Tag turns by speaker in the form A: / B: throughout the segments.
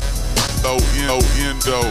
A: endo, endo, endo.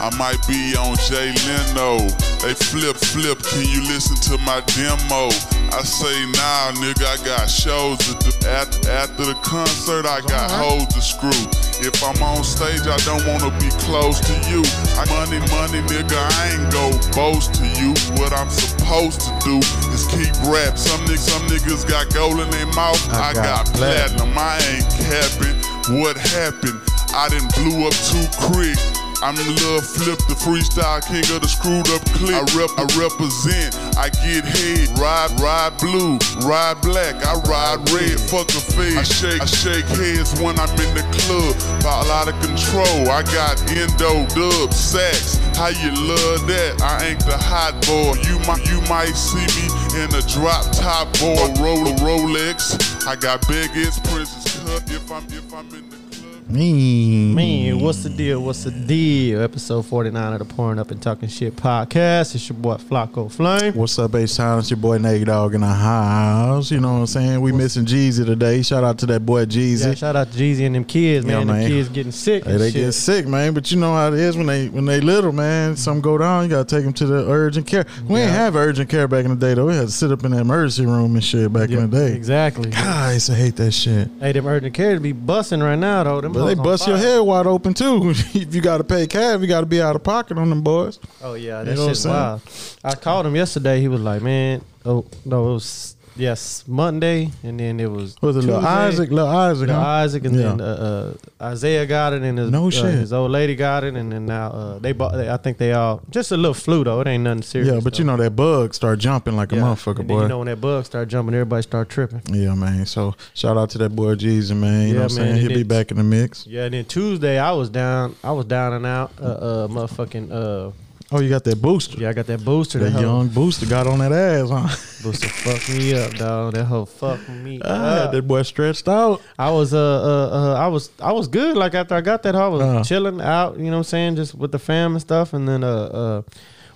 A: I might be on Jay Leno. They flip, flip, can you listen to my demo? I say, nah, nigga, I got shows to do. After, after the concert, I got hoes to screw. If I'm on stage, I don't wanna be close to you. I money, money, nigga, I ain't go boast to you. What I'm supposed to do is keep rap. Some niggas, some niggas got gold in their mouth. I, got, platinum. I ain't capping. What happened? I done blew up too quick. I'm love flip, the freestyle king of the screwed up clique. I rep, I represent, I get head. Ride, ride blue, ride black, I ride red. Fuck a fade. I shake, I shake heads when I'm in the club. Fall out of control. I got endo, dub, sax. How you love that? I ain't the hot boy. You might, you might see me in a drop top boy. Roll a Rolex. I got big ass princess cut. If I'm, if I'm in the club.
B: Me.
C: Man, what's the deal? What's the deal? Episode 49 of the Pouring Up and Talking Shit podcast. It's your boy Flocko Flame.
B: What's up, H Town? It's your boy Naked Dog in the house. You know what I'm saying? We missing Jeezy today. Shout out to that boy
C: Yeah,
B: Jeezy.
C: shout out to Jeezy and them kids, man.
B: Yeah,
C: them
B: man.
C: kids getting sick.
B: Hey,
C: and
B: they
C: shit. Mm-hmm.
B: get sick, man. But you know how it is when they when they little, man. Some go down. You gotta take them to the urgent care. We ain't have urgent care back in the day though. We had to sit up in the emergency room and shit back in the day.
C: Exactly.
B: God, I used to hate that shit.
C: Hey, them urgent care be busting right now, though. Them
B: But they
C: hoes on
B: bust your
C: fire.
B: head wide open too. if you gotta pay cab, you gotta be out of pocket on them boys.
C: Oh, yeah,
B: know
C: that
B: what I'm
C: shit's
B: saying?
C: wild. I called him yesterday. He was like, man, oh, no, it was, yes, Monday. And then it was,
B: Was it little
C: Tuesday.
B: Isaac? Little Isaac.
C: The
B: huh?
C: Isaac and then
B: Yeah.
C: uh, uh, Isaiah got it, and his,
B: No
C: uh,
B: shit.
C: his old lady got it, and then now uh, they bought. I think they all just a little flu though. It ain't nothing serious.
B: Yeah, but you know that bug start jumping like a motherfucker, boy.
C: You know when that bug start jumping, everybody start tripping.
B: Yeah, man. So shout out to that boy Jeezy, man. You know
C: Yeah,
B: what I'm
C: man,
B: saying? He'll
C: and
B: be
C: it's-
B: back in the mix.
C: Yeah, and then Tuesday I was down. I was down and out. Uh, uh motherfucking. Uh,
B: Oh, you got that booster.
C: yeah, I got that booster.
B: That
C: That, hoe-
B: young booster got on that ass, huh?
C: booster fucked me up, dog. That whole fucked me
B: I
C: up.
B: had Ah, that boy stretched out.
C: I was uh, uh uh I was I was good. Like after I got that, I was
B: Uh-huh.
C: chilling out. You know what I'm saying, just with the fam and stuff. And then uh uh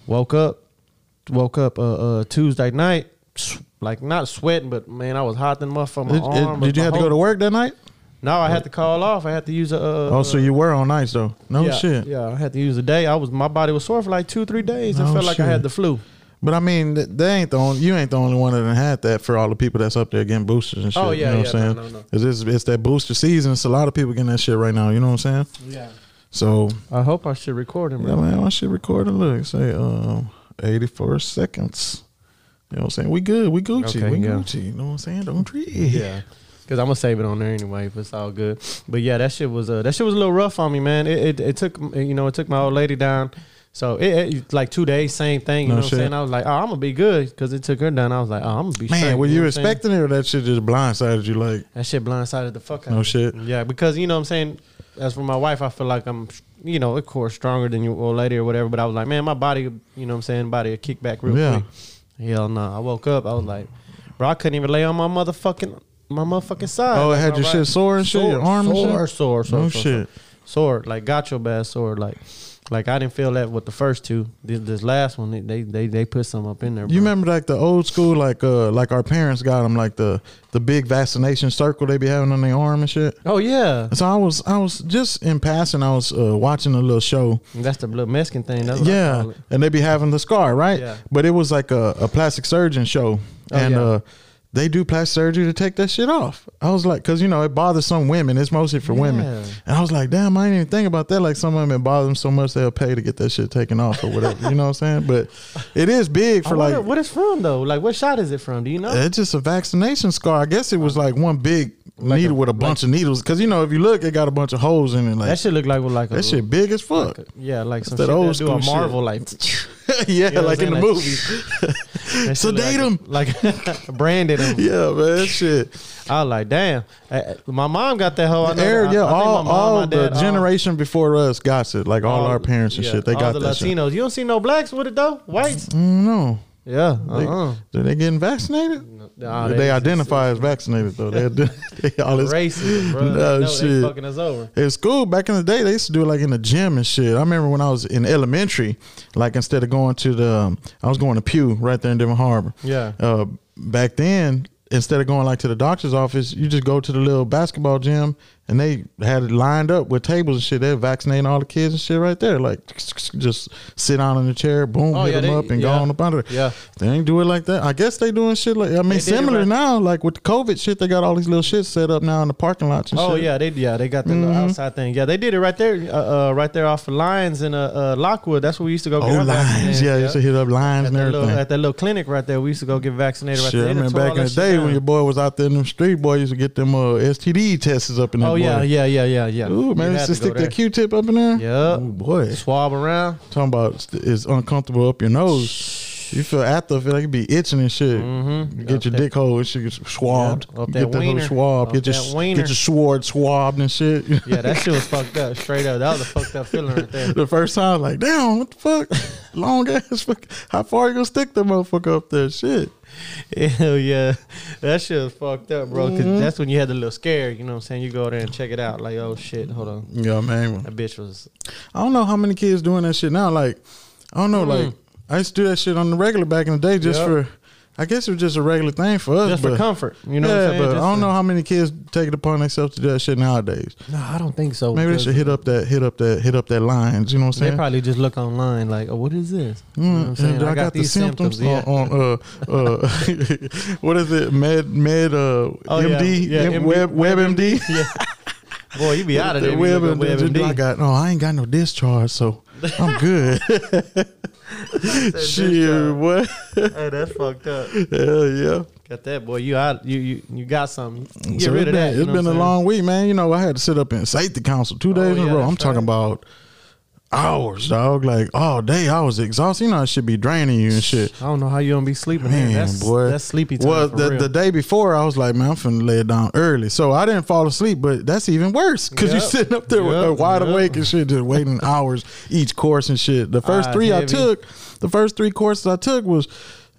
C: woke up, woke up uh, uh Tuesday night, s- like not sweating, but man, I was hot than motherfucker. My
B: Did, did-
C: arm,
B: did you have to go to work that night?
C: No, I had to call off. I had to use a. Uh,
B: Oh, so you were on nights though. No
C: yeah,
B: shit.
C: Yeah, I had to use a day. I was my body was sore for like two three days. I
B: No
C: felt like I
B: Oh, shit.
C: had the flu.
B: But I mean, th- they ain't the only. You ain't the only one that done had that. For all the people that's up there getting boosters and shit.
C: Oh, yeah,
B: you know what
C: yeah,
B: I'm
C: no,
B: saying?
C: no, no.
B: It's, just- it's that booster season. It's a lot of people getting that shit right now. You know what I'm saying?
C: Yeah.
B: So
C: I hope I should record him.
B: Yeah, man, I should record and look. Say um eighty four seconds. You know what I'm saying? We good, we Gucci,
C: Okay,
B: we
C: yeah.
B: Gucci. You know what I'm saying? Don't trip.
C: Yeah. Cause I'm gonna save it on there anyway, but it's all good. But yeah, that shit was uh, that shit was a little rough on me, man. It, it it took you know it took my old lady down, so it, it like two days, same thing. You
B: No
C: know what
B: shit.
C: I'm saying? I was like, oh, I'm gonna be good, because it took her down. I was like, oh, I'm gonna be
B: Man,
C: straight,
B: were
C: know
B: you
C: what I'm saying?
B: expecting it or that shit just blindsided you like
C: that shit blindsided the fuck out?
B: no
C: of me.
B: shit?
C: Yeah, because you know what I'm saying. As for my wife, I feel like I'm you know of course stronger than your old lady or whatever. But I was like, man, my body, you know what I'm saying, body will kick back real
B: Yeah.
C: quick. Hell no, I woke up, I was like, bro, I couldn't even lay on my motherfucking my motherfucking side.
B: Oh, it
C: Like,
B: had
C: my
B: your
C: right-
B: shit sore and shit, your arm and
C: sore,
B: shit?
C: sore, sore,
B: no
C: sore,
B: shit.
C: sore, sore. Like got your bad sore. Like, like I didn't feel that with the first two. This, this last one, they- they they they put some up in there.
B: You
C: bro.
B: remember like the old school, like uh like our parents got them like the the big vaccination circle they be having on their arm and shit.
C: Oh yeah,
B: So I was I was just in passing, I was uh, watching a little show
C: that's the little Mexican thing. That's what I
B: yeah,
C: call it.
B: and they be having the scar, right?
C: Yeah.
B: But it was like a, a plastic surgeon show,
C: Oh,
B: and
C: yeah.
B: uh, they do plastic surgery to take that shit off. I was like, because you know it bothers some women. It's mostly for women,
C: Yeah.
B: and I was like, damn, I didn't even think about that. Like some women it bothers them so much they'll pay to get that shit taken off or whatever. you know what I'm saying? But it is big
C: I
B: for
C: wonder
B: like Eh.
C: what it's from though. Like what shot is it from? Do you know?
B: it's just a vaccination scar. I guess it was like one big needle with a bunch of needles, because you know if you look, it got a bunch of holes in it. Like
C: that
B: that shit,
C: shit look like with like a
B: big as fuck.
C: Yeah, like some
B: that
C: shit
B: old
C: old do
B: school
C: a
B: shit.
C: Marvel like.
B: yeah,
C: You know what
B: like
C: I'm
B: in the
C: saying? Like-
B: movies.
C: that shit look
B: Sedate
C: like, like branded them.
B: yeah, man, that shit.
C: I was like, damn. I- I- my mom got that hoe. I know
B: Eric,
C: that. I-
B: yeah,
C: I think my
B: all,
C: mom,
B: all
C: my
B: the
C: dad, all-
B: generation before us got it. Like all,
C: all-
B: our parents and
C: yeah,
B: shit, they
C: all
B: got
C: the
B: that shit. Mm,
C: Latinos. You don't see no blacks with it though. Whites.
B: No,
C: Yeah.
B: they,
C: Uh-uh.
B: do they getting vaccinated?
C: Nah,
B: they,
C: they-
B: identify as vaccinated though. They, they all this,
C: Racism, bro.
B: No
C: they know
B: shit.
C: They fucking us over.
B: In school back in the day, they used to do it like in the gym and shit. I remember when I was in elementary, like instead of going to the, um, I was going to Pew right there in Denver Harbor.
C: Yeah.
B: Uh, back then, instead of going like to the doctor's office, you just go to the little basketball gym and they had it lined up with tables and shit. They're vaccinating all the kids and shit right there. Like, just sit down in the chair, boom,
C: Oh,
B: hit
C: yeah,
B: them
C: they-
B: up, and go
C: yeah.
B: on up under.
C: Yeah.
B: they ain't do it like that. I guess they doing shit like I mean,
C: did it
B: similar
C: right-
B: now. Like with the COVID shit, they got all these little shit set up now in the parking lots and
C: Oh
B: shit.
C: yeah, they yeah they got the little
B: Mm-hmm.
C: outside thing. Yeah, they did it right there, uh, uh, right there off of Lions in uh, uh, Lockwood. That's where we used to go.
B: Oh,
C: our
B: lines,
C: vaccinated,
B: yeah, you used to hit up lines
C: At
B: and
C: that,
B: everything.
C: little, at that little clinic right there, we used to go get vaccinated right
B: Shit,
C: there.
B: I
C: They done
B: remember
C: tore
B: back
C: all
B: in the
C: that shit
B: day
C: down.
B: when your boy was out there in them street, boy used to get them uh, STD tests up in there.
C: oh yeah, yeah, yeah, yeah, yeah.
B: Ooh, man,
C: You
B: used to
C: had to
B: stick
C: go there.
B: that Q-tip up in there. Oh
C: Yup.
B: boy,
C: swab around.
B: talking about it's- it's uncomfortable up your nose. You feel after, feel like you be itching and shit.
C: Mhm.
B: You Get your
C: Up that-
B: dick hole and shit gets swabbed.
C: Up
B: You
C: that
B: get that little
C: wiener.
B: swab.
C: Up
B: Get your
C: that
B: get
C: wiener.
B: your sword swabbed and shit.
C: Yeah, that shit was fucked up. Straight up, that was a fucked up feeling right there.
B: the first time, like, damn, what the fuck? Long ass fuck. How far you gonna stick that motherfucker up there? Shit.
C: Hell yeah, that shit was fucked up, bro. because
B: Mm-hmm.
C: that's when you had the little scare. You know what I'm saying? You go there and check it out. Like, oh shit, hold on,
B: Yeah, man.
C: that bitch was.
B: I don't know how many kids doing that shit now. Like, I don't know. Like, I used to do that shit on the regular back in the day, just
C: Hmm. Yep.
B: for. I guess it was just a regular thing for us.
C: Just
B: but,
C: for comfort, you know.
B: yeah,
C: what I'm saying?
B: but
C: Just
B: I don't
C: for-
B: know how many kids take it upon themselves to do that shit nowadays.
C: No, I don't think so.
B: Maybe they
C: because
B: should hit up that, hit up that, hit up that lines. You know what I'm
C: Oh, They
B: saying?
C: probably just look online like, oh, what is this? You know what I'm
B: Mm,
C: saying?
B: and I, got, the symptoms, on, on uh, uh, what is it? Med Med uh,
C: Oh,
B: MD, M- Web Web MD.
C: yeah. Boy, you be out of
B: The
C: there.
B: Web
C: Web, web,
B: MD.
C: MD.
B: I got no, I ain't got no discharge, so I'm good. Shit, what?
C: Hey, that's fucked up.
B: Hell yeah!
C: Got that, boy. You out? You you, you got something? Get
B: So it's
C: rid of that.
B: been,
C: you
B: it's
C: know what
B: been a
C: I'm saying? Oh,
B: long week, man. You know, I had to sit up in safety council two days in
C: yeah,
B: a row. I'm
C: that's
B: talking
C: right.
B: about hours, dog. Like all day, I was exhausted. You know, I should be draining you and shit.
C: I don't know how you don't be sleeping.
B: Man,
C: Man, that's
B: boy,
C: that's sleepy time.
B: Well,
C: for
B: the,
C: real.
B: the day before, I was like, man, I'm finna lay it down early, so I didn't fall asleep. But that's even worse because you
C: Yep.
B: sitting up there
C: Yep.
B: uh, wide
C: Yep.
B: awake and shit, just waiting hours each course and shit. The first
C: Ah,
B: three I
C: heavy.
B: took, the first three courses I took was,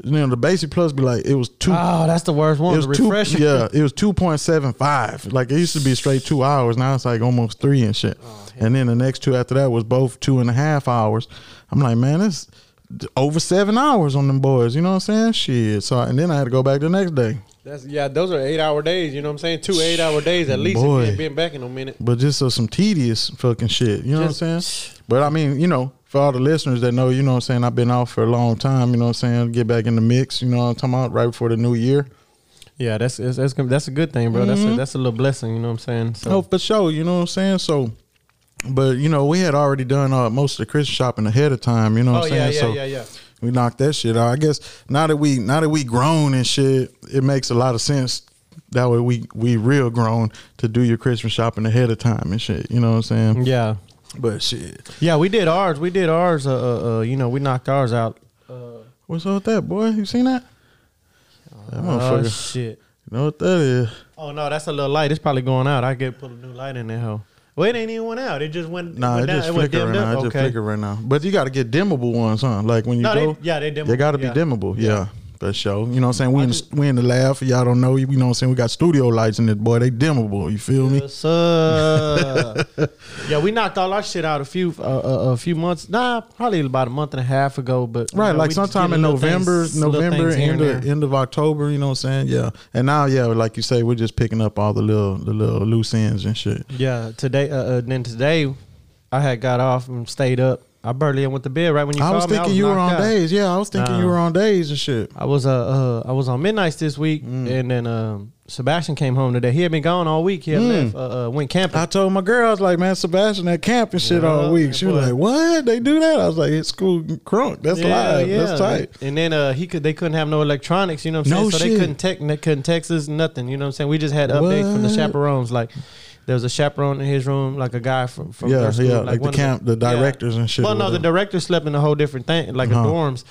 B: you know, the basic plus be like it was two.
C: oh, that's the worst one.
B: it was
C: the refresher.
B: two, yeah. It was two point seven five. Like it used to be straight two hours. Now it's like almost three and shit.
C: Oh,
B: and then the next two after that was both two and a half hours. I'm like, man, it's d- over seven hours on them boys. You know what I'm saying? Shit. So and then I had to go back the next day.
C: That's yeah. Those are eight hour days. You know what I'm saying? Two eight hour days at least.
B: Boy.
C: If you ain't been back in a minute.
B: But just so some tedious fucking shit. You know
C: Just-
B: what I'm saying? But I mean, you know, for all the listeners that know, you know what I'm saying, I've been off for a long time, you know what I'm saying? Get back in the mix, you know what I'm talking about, right before the new year.
C: Yeah, that's that's that's, gonna- that's a good thing, bro. That's a, that's a little blessing. You know what I'm saying? So
B: No, Oh, for sure. You know what I'm saying? So, but you know, we had already done uh, most of the Christmas shopping ahead of time. You know what
C: Oh,
B: I'm
C: yeah,
B: saying?
C: yeah,
B: so
C: yeah, yeah.
B: We knocked that shit out. I guess now that we now that we grown and shit, it makes a lot of sense. That way we we real grown to do your Christmas shopping ahead of time and shit. You know what I'm saying?
C: yeah,
B: But shit,
C: yeah. We did ours. We did ours. Uh, uh, uh you know, we knocked ours out. Uh,
B: what's up with that boy? You seen that? That
C: Oh
B: motherfucker.
C: shit.
B: you know what that is?
C: Oh no, that's a little light. It's probably going out. I could put a new light in there. Hell. Well, it ain't even went out. It just went.
B: Nah,
C: went
B: it
C: down.
B: just
C: went
B: flicker right
C: dimmed
B: now. It
C: up.
B: just flicker right now. But you got to get dimmable ones, huh? Like when you
C: No, they-
B: go,
C: yeah, they dimmable,
B: They got to be
C: yeah.
B: dimmable. Yeah. For sure. You know what I'm saying? We in, the, we in the lab. For y'all don't know. You know what I'm saying? We got studio lights in this boy. They dimmable. You feel me?
C: What's up? yeah, we knocked all our shit out a few uh, uh, a few months. Nah, probably about a month and a half ago. But you
B: Right,
C: know,
B: like
C: we just
B: sometime
C: did
B: in
C: little
B: November,
C: things- little
B: November,
C: things here
B: end
C: and
B: of,
C: there.
B: end of October, you know what I'm saying? Yeah. And now, yeah, like you say, we're just picking up all the little the little loose ends and shit.
C: Yeah, today. Uh, uh, then today, I had got off and stayed up. I barely went to bed right when you
B: I
C: called
B: was
C: me.
B: thinking you were
C: knocked
B: on
C: out.
B: days. Yeah, I was thinking you
C: Nah.
B: were on days and shit.
C: I was uh, uh I was on midnights this week,
B: Mm.
C: and then um Sebastian came home today. He had been gone all week. He
B: Mm.
C: had left. Uh, uh, went camping.
B: I told my girl, I was like, man, Sebastian at camp and shit
C: Yeah,
B: all week. She was
C: boy.
B: like, what? They do that? I was like, it's school crunk. That's live. That's tight.
C: And then uh, he could they couldn't have no electronics, you know what I'm
B: No
C: saying? So
B: shit.
C: they couldn't text they couldn't text us nothing, you know what I'm saying? We just had updates from the
B: What?
C: chaperones. Like there was a chaperone in his room, like a guy from, from
B: Yeah,
C: their school,
B: yeah, like the
C: one of
B: camp- the directors and shit or
C: Well, no, the
B: whatever.
C: director slept in a whole different thing, like
B: Uh-huh.
C: the dorms.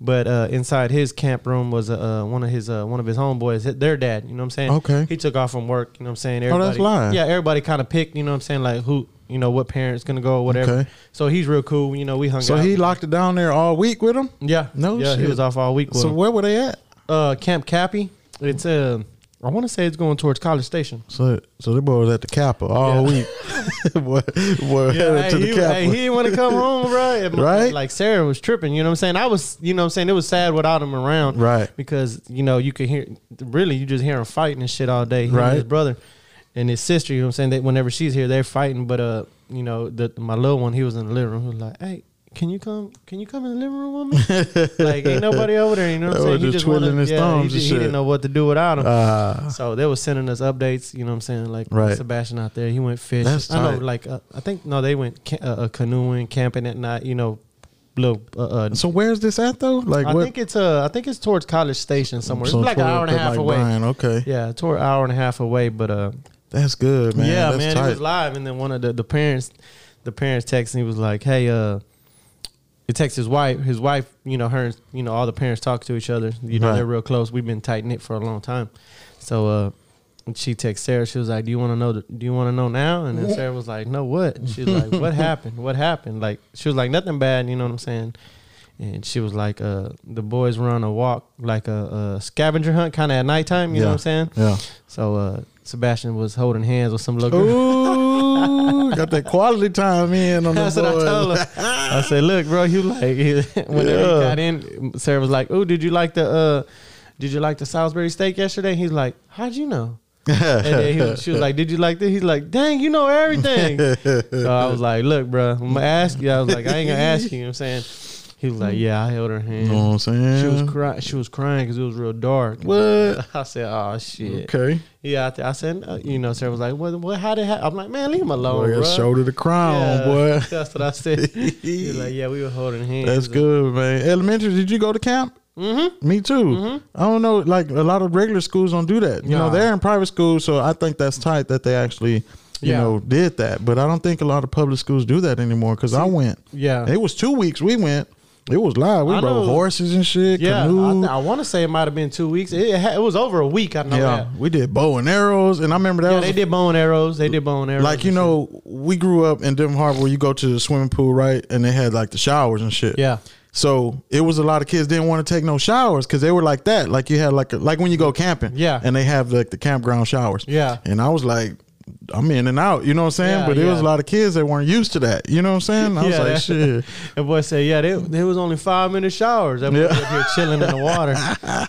C: But uh, inside his camp room was uh, one of his uh, one of his homeboys, hi- their dad. You know what I'm saying?
B: Okay.
C: He took off from work. You know what I'm saying?
B: Oh, that's live.
C: Yeah, everybody kind of picked. You know what I'm saying? Like who? You know what parents gonna go or whatever.
B: Okay.
C: So he's real cool. You know we hung
B: So
C: out.
B: he locked it down there all week with him?
C: Yeah.
B: No
C: Yeah, he
B: shit.
C: was off all week. With
B: So
C: him.
B: where were they at?
C: uh, Camp Cappy. It's uh, I want to say it's going towards College Station.
B: So so the boy was at the Kappa all
C: Yeah.
B: week. boy, boy headed
C: hey,
B: to the
C: he,
B: Kappa.
C: hey, he didn't want to come home, bro. And my-
B: Right?
C: Like Sarah was tripping. You know what I'm saying? I was, you know what I'm saying? It was sad without him around.
B: Right.
C: Because, you know, you could hear, really, you just hear him fighting and shit all day. him and
B: Right.
C: his brother. and his sister. You know what I'm saying? They, whenever she's here, they're fighting. But uh, you know, the, my little one, he was in the living room. He was like, "Hey, can you come? Can you come in the living room with me? like, ain't nobody over there. You know what I'm
B: That
C: saying?
B: was just twiddling his
C: yeah,
B: thumbs and
C: he, just- he
B: shit.
C: didn't know what to do without him.
B: Ah.
C: so they were sending us updates. You know what I'm saying? Like
B: Right.
C: Sebastian out there, he went fishing.
B: That's
C: I know.
B: tight.
C: Like uh, I think no, they went ca- uh, uh, canoeing, camping at night. You know, little uh, uh,
B: So where's this at though? Like
C: I
B: what?
C: think it's uh I think it's towards College Station somewhere.
B: So
C: it's like an
B: toward-
C: hour and a
B: like
C: half away.
B: Bryan, Okay,
C: Yeah, toward an hour and a half away. But uh,
B: that's good, man.
C: yeah,
B: that's
C: man,
B: tight.
C: it was live, and then one of the, the parents, the parents texted. and He was like, "Hey, uh." He texts his wife. His wife, you know, her, and, you know, all the parents talk to each other. You know,
B: Right.
C: they're real close. We've been tight knit for a long time. So uh, she texts Sarah. She was like, "Do you want to know? The, do you want to know now?" And then Sarah was like, "No, what?" She's like, "What happened? What happened?" Like she was like, "Nothing bad." You know what I'm saying? and she was like, uh, the boys were on a walk, like a, a scavenger hunt, kind of at nighttime. You know
B: Yeah.
C: what I'm saying?
B: Yeah.
C: So uh, Sebastian was holding hands with some little girl.
B: Ooh, got that quality time in on
C: That's
B: the
C: what I
B: boys.
C: told her. I said, "Look, bro, you like." Whenever he
B: Yeah.
C: got in, Sarah was like, "Ooh, did you like the uh, did you like the Salisbury steak yesterday?" He's like, "How'd you know?" And then he was, she was like, "Did you like this?" He's like, "Dang, you know everything." so I was like, "Look, bro, I'm gonna ask you." I was like, "I ain't gonna ask you." You know what I'm saying? He was like, "Yeah, I held her hand."
B: You know what I'm saying?
C: She was crying. She was crying because it was real dark.
B: Oh, What?
C: I said, oh shit.
B: Okay.
C: Yeah, I, th- I said, uh, you know, Sarah was like, what? What? How did? Ha-? I'm like, man, leave him
B: Oh,
C: alone, bro.
B: shoulder to crown,
C: Yeah,
B: boy.
C: That's what I said. He was like, yeah, we were holding hands.
B: That's good, man. Elementary, did you go to camp? Mm-hmm. Me too. I don't know, like a lot of regular schools don't do that. You know,
C: Nah.
B: they're in private schools, so I think that's tight that they actually, you
C: Yeah.
B: know, did that. But I don't think a lot of public schools do that anymore because I went.
C: yeah.
B: It was two weeks we went. It was live. We
C: I
B: rode
C: know.
B: horses and shit,
C: Yeah, I,
B: canoe.
C: th- I want to say it might have been two weeks. It, it, ha- it was over a week. I know
B: yeah, we did bow and arrows, and I remember that
C: that. Yeah,
B: was
C: they did bow and arrows. They did bow and arrows.
B: like you
C: and
B: know we grew up in Denver Harbor where you go to the swimming pool right and they had like the showers and shit
C: shit. yeah,
B: so it was a lot of kids didn't want to take no showers because they were like that like you had like a, like when you go camping
C: Yeah.
B: and they have like the campground showers
C: Yeah.
B: and I was like I'm in and out you know what I'm saying
C: Yeah,
B: but there was
C: yeah.
B: a lot of kids that weren't used to that you know what I'm saying I was
C: Yeah,
B: like
C: that-
B: shit
C: That boy said, "Yeah, there, there was only five minute showers. That boy was up here chilling in the water.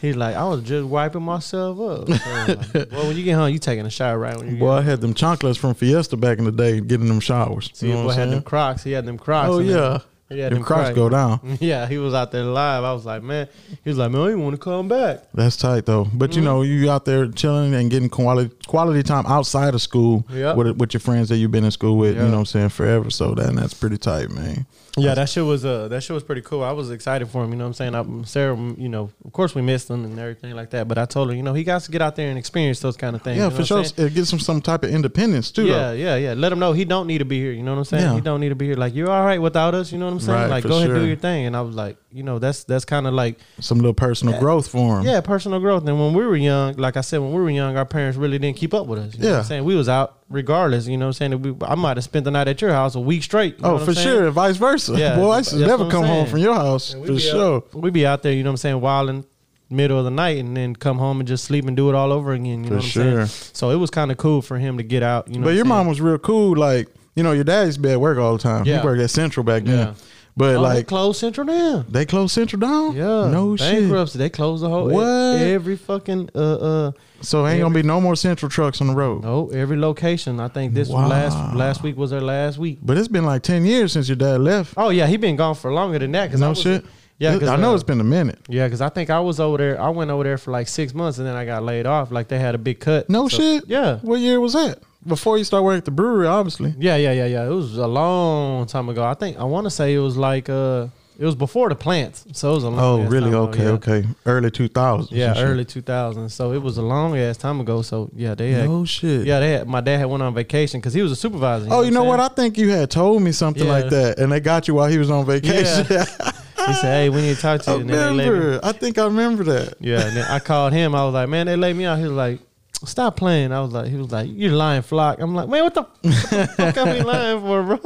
C: He's like, I was just wiping myself up. So I'm like, Boy, when you get home, you taking a shower right when you get
B: boy I had them chocolates from Fiesta back in the day getting them showers
C: See,
B: you
C: your
B: know
C: boy
B: what
C: had
B: I'm
C: them
B: saying
C: Crocs. He had them Crocs.
B: oh
C: and
B: yeah
C: them- he had
B: them Crocs go down
C: Yeah, he was out there live. I was like, man, he was like, man, you want to come back?
B: That's tight though, but
C: Mm-hmm.
B: you know you out there chilling and getting quality quality time outside of school
C: Yep.
B: with with your friends that you've been in school with. You
C: Yeah.
B: know what I'm saying forever. So that that's pretty tight, man.
C: Yeah, that shit was uh that shit was pretty cool. I was excited for him. You know what I'm saying? I, Sarah, you know, of course we missed him and everything like that. But I told her, you know, he got to get out there and experience those kind of things.
B: yeah,
C: you know
B: for
C: what
B: sure.
C: I'm saying?
B: It gives them some type of independence too.
C: Yeah, yeah, yeah. Let him know he don't need to be here. You know what I'm saying?
B: Yeah.
C: He don't need to be here. Like you're all right without us. You know what I'm saying?
B: Right,
C: like
B: for
C: go ahead and
B: sure.
C: do your thing. And I was like, you know, that's that's kind of like
B: though. Some little personal growth for them.
C: yeah, personal growth. And when we were young, like I said, when we were young, our parents really didn't keep up with us. You know
B: Yeah.
C: what I'm saying we was out regardless. You know what I'm saying? We, I might have spent the night at your house a week straight. you know
B: Oh,
C: what I'm
B: for
C: saying?
B: sure. Vice versa.
C: Yeah,
B: Boy, I
C: that's
B: should
C: what
B: never
C: I'm
B: come home
C: saying.
B: from your house
C: And we
B: for
C: be
B: sure.
C: Out, we be out there. You know what I'm saying? Wilding middle of the night and then come home and just sleep and do it all over again. You know
B: For
C: what I'm
B: sure.
C: saying? So it was kind of cool for him to get out. You know,
B: But
C: what
B: your
C: I'm saying?
B: mom was real cool. Like you know, your dad used to be at work all the time.
C: Yeah.
B: He worked at Central back then.
C: Yeah.
B: But
C: oh, they
B: like
C: closed Central down.
B: they closed Central down.
C: Yeah,
B: no shit.
C: bankruptcy. They closed the whole e-,
B: What?
C: every fucking uh uh
B: So ain't gonna be no more Central trucks on the road.
C: no every location. I think this
B: Wow.
C: last last week was their last week.
B: But it's been like ten years since your dad left.
C: Oh yeah, he been gone for longer than that. Cause I
B: No
C: was-
B: shit.
C: Yeah, 'cause,
B: I know
C: uh,
B: it's been a minute.
C: Yeah, because I think I was over there. I went over there for like six months and then I got laid off. Like they had a big cut.
B: No
C: So-
B: shit.
C: Yeah.
B: What year was that? Before you started working at the brewery, obviously.
C: Yeah, yeah, yeah, yeah. It was a long time ago. I think I want to say it was like uh, it was before the plants. So it was a long.
B: Oh,
C: ass
B: really?
C: time ago,
B: Okay,
C: yeah.
B: okay. Early two thousands.
C: Yeah, early 2000s. So it was a long ass time ago. So yeah, they had
B: No shit.
C: Yeah, they had, my dad had went on vacation because he was a supervisor.
B: Oh, you know what? I
C: I'm
B: think you had told me something
C: Yeah.
B: like that, and they got you while he was on vacation.
C: Yeah. saying? he said, "Hey, we need to talk to
B: I
C: you." And then they laid me,
B: remember. I think I remember that.
C: yeah, and then I called him. I was like, "Man, they laid me out." He was like, "Stop playing." I was like, "He was like, you're lying, flock." I'm like, "Man, what the, what the fuck am I lying for, bro?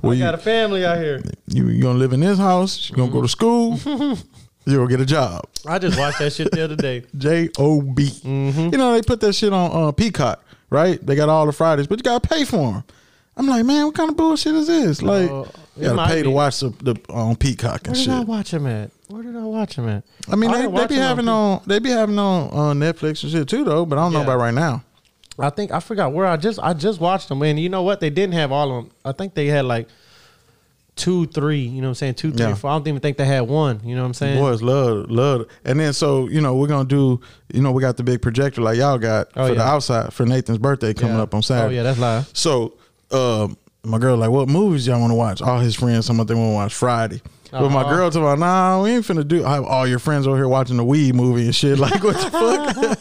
B: Well,
C: we
B: you,
C: got a family out here."
B: you you gonna live in this house? You gonna
C: Mm-hmm.
B: go to school? you gonna get a job?
C: I just watched that shit the other day.
B: J O B.
C: Mm-hmm.
B: You know they put that shit on uh, Peacock, right? They got all the Fridays, but you gotta pay for them. I'm like, man, what kind of bullshit is this? Like,
C: Uh,
B: you
C: it
B: gotta
C: might
B: pay to
C: be.
B: watch the, the on Peacock and
C: Where did I
B: shit.
C: watch him at? Where did I watch him at?
B: I mean,
C: Oh,
B: they,
C: didn't
B: they
C: watch
B: be
C: him
B: having on they be having on on Netflix and shit too, though. But I don't know
C: Yeah.
B: about right now.
C: I think I forgot where I just I just watched them and you know what they didn't have all of them. I think they had like two, three. You know what I'm saying? Two, three,
B: Yeah.
C: four. I don't even think they had one. You know what I'm saying?
B: Boys love love, and then so you know we're gonna do you know we got the big projector like y'all got
C: Oh,
B: for the
C: yeah.
B: outside for Nathan's birthday coming
C: Yeah.
B: up on Saturday.
C: Oh yeah, that's live.
B: So, um, my girl like, what movies y'all want to watch? All his friends, some of them want to watch Friday. But my
C: Uh-huh.
B: girl told me, nah, we ain't finna do. I have all your friends over here watching the Wii movie and shit. Like, what the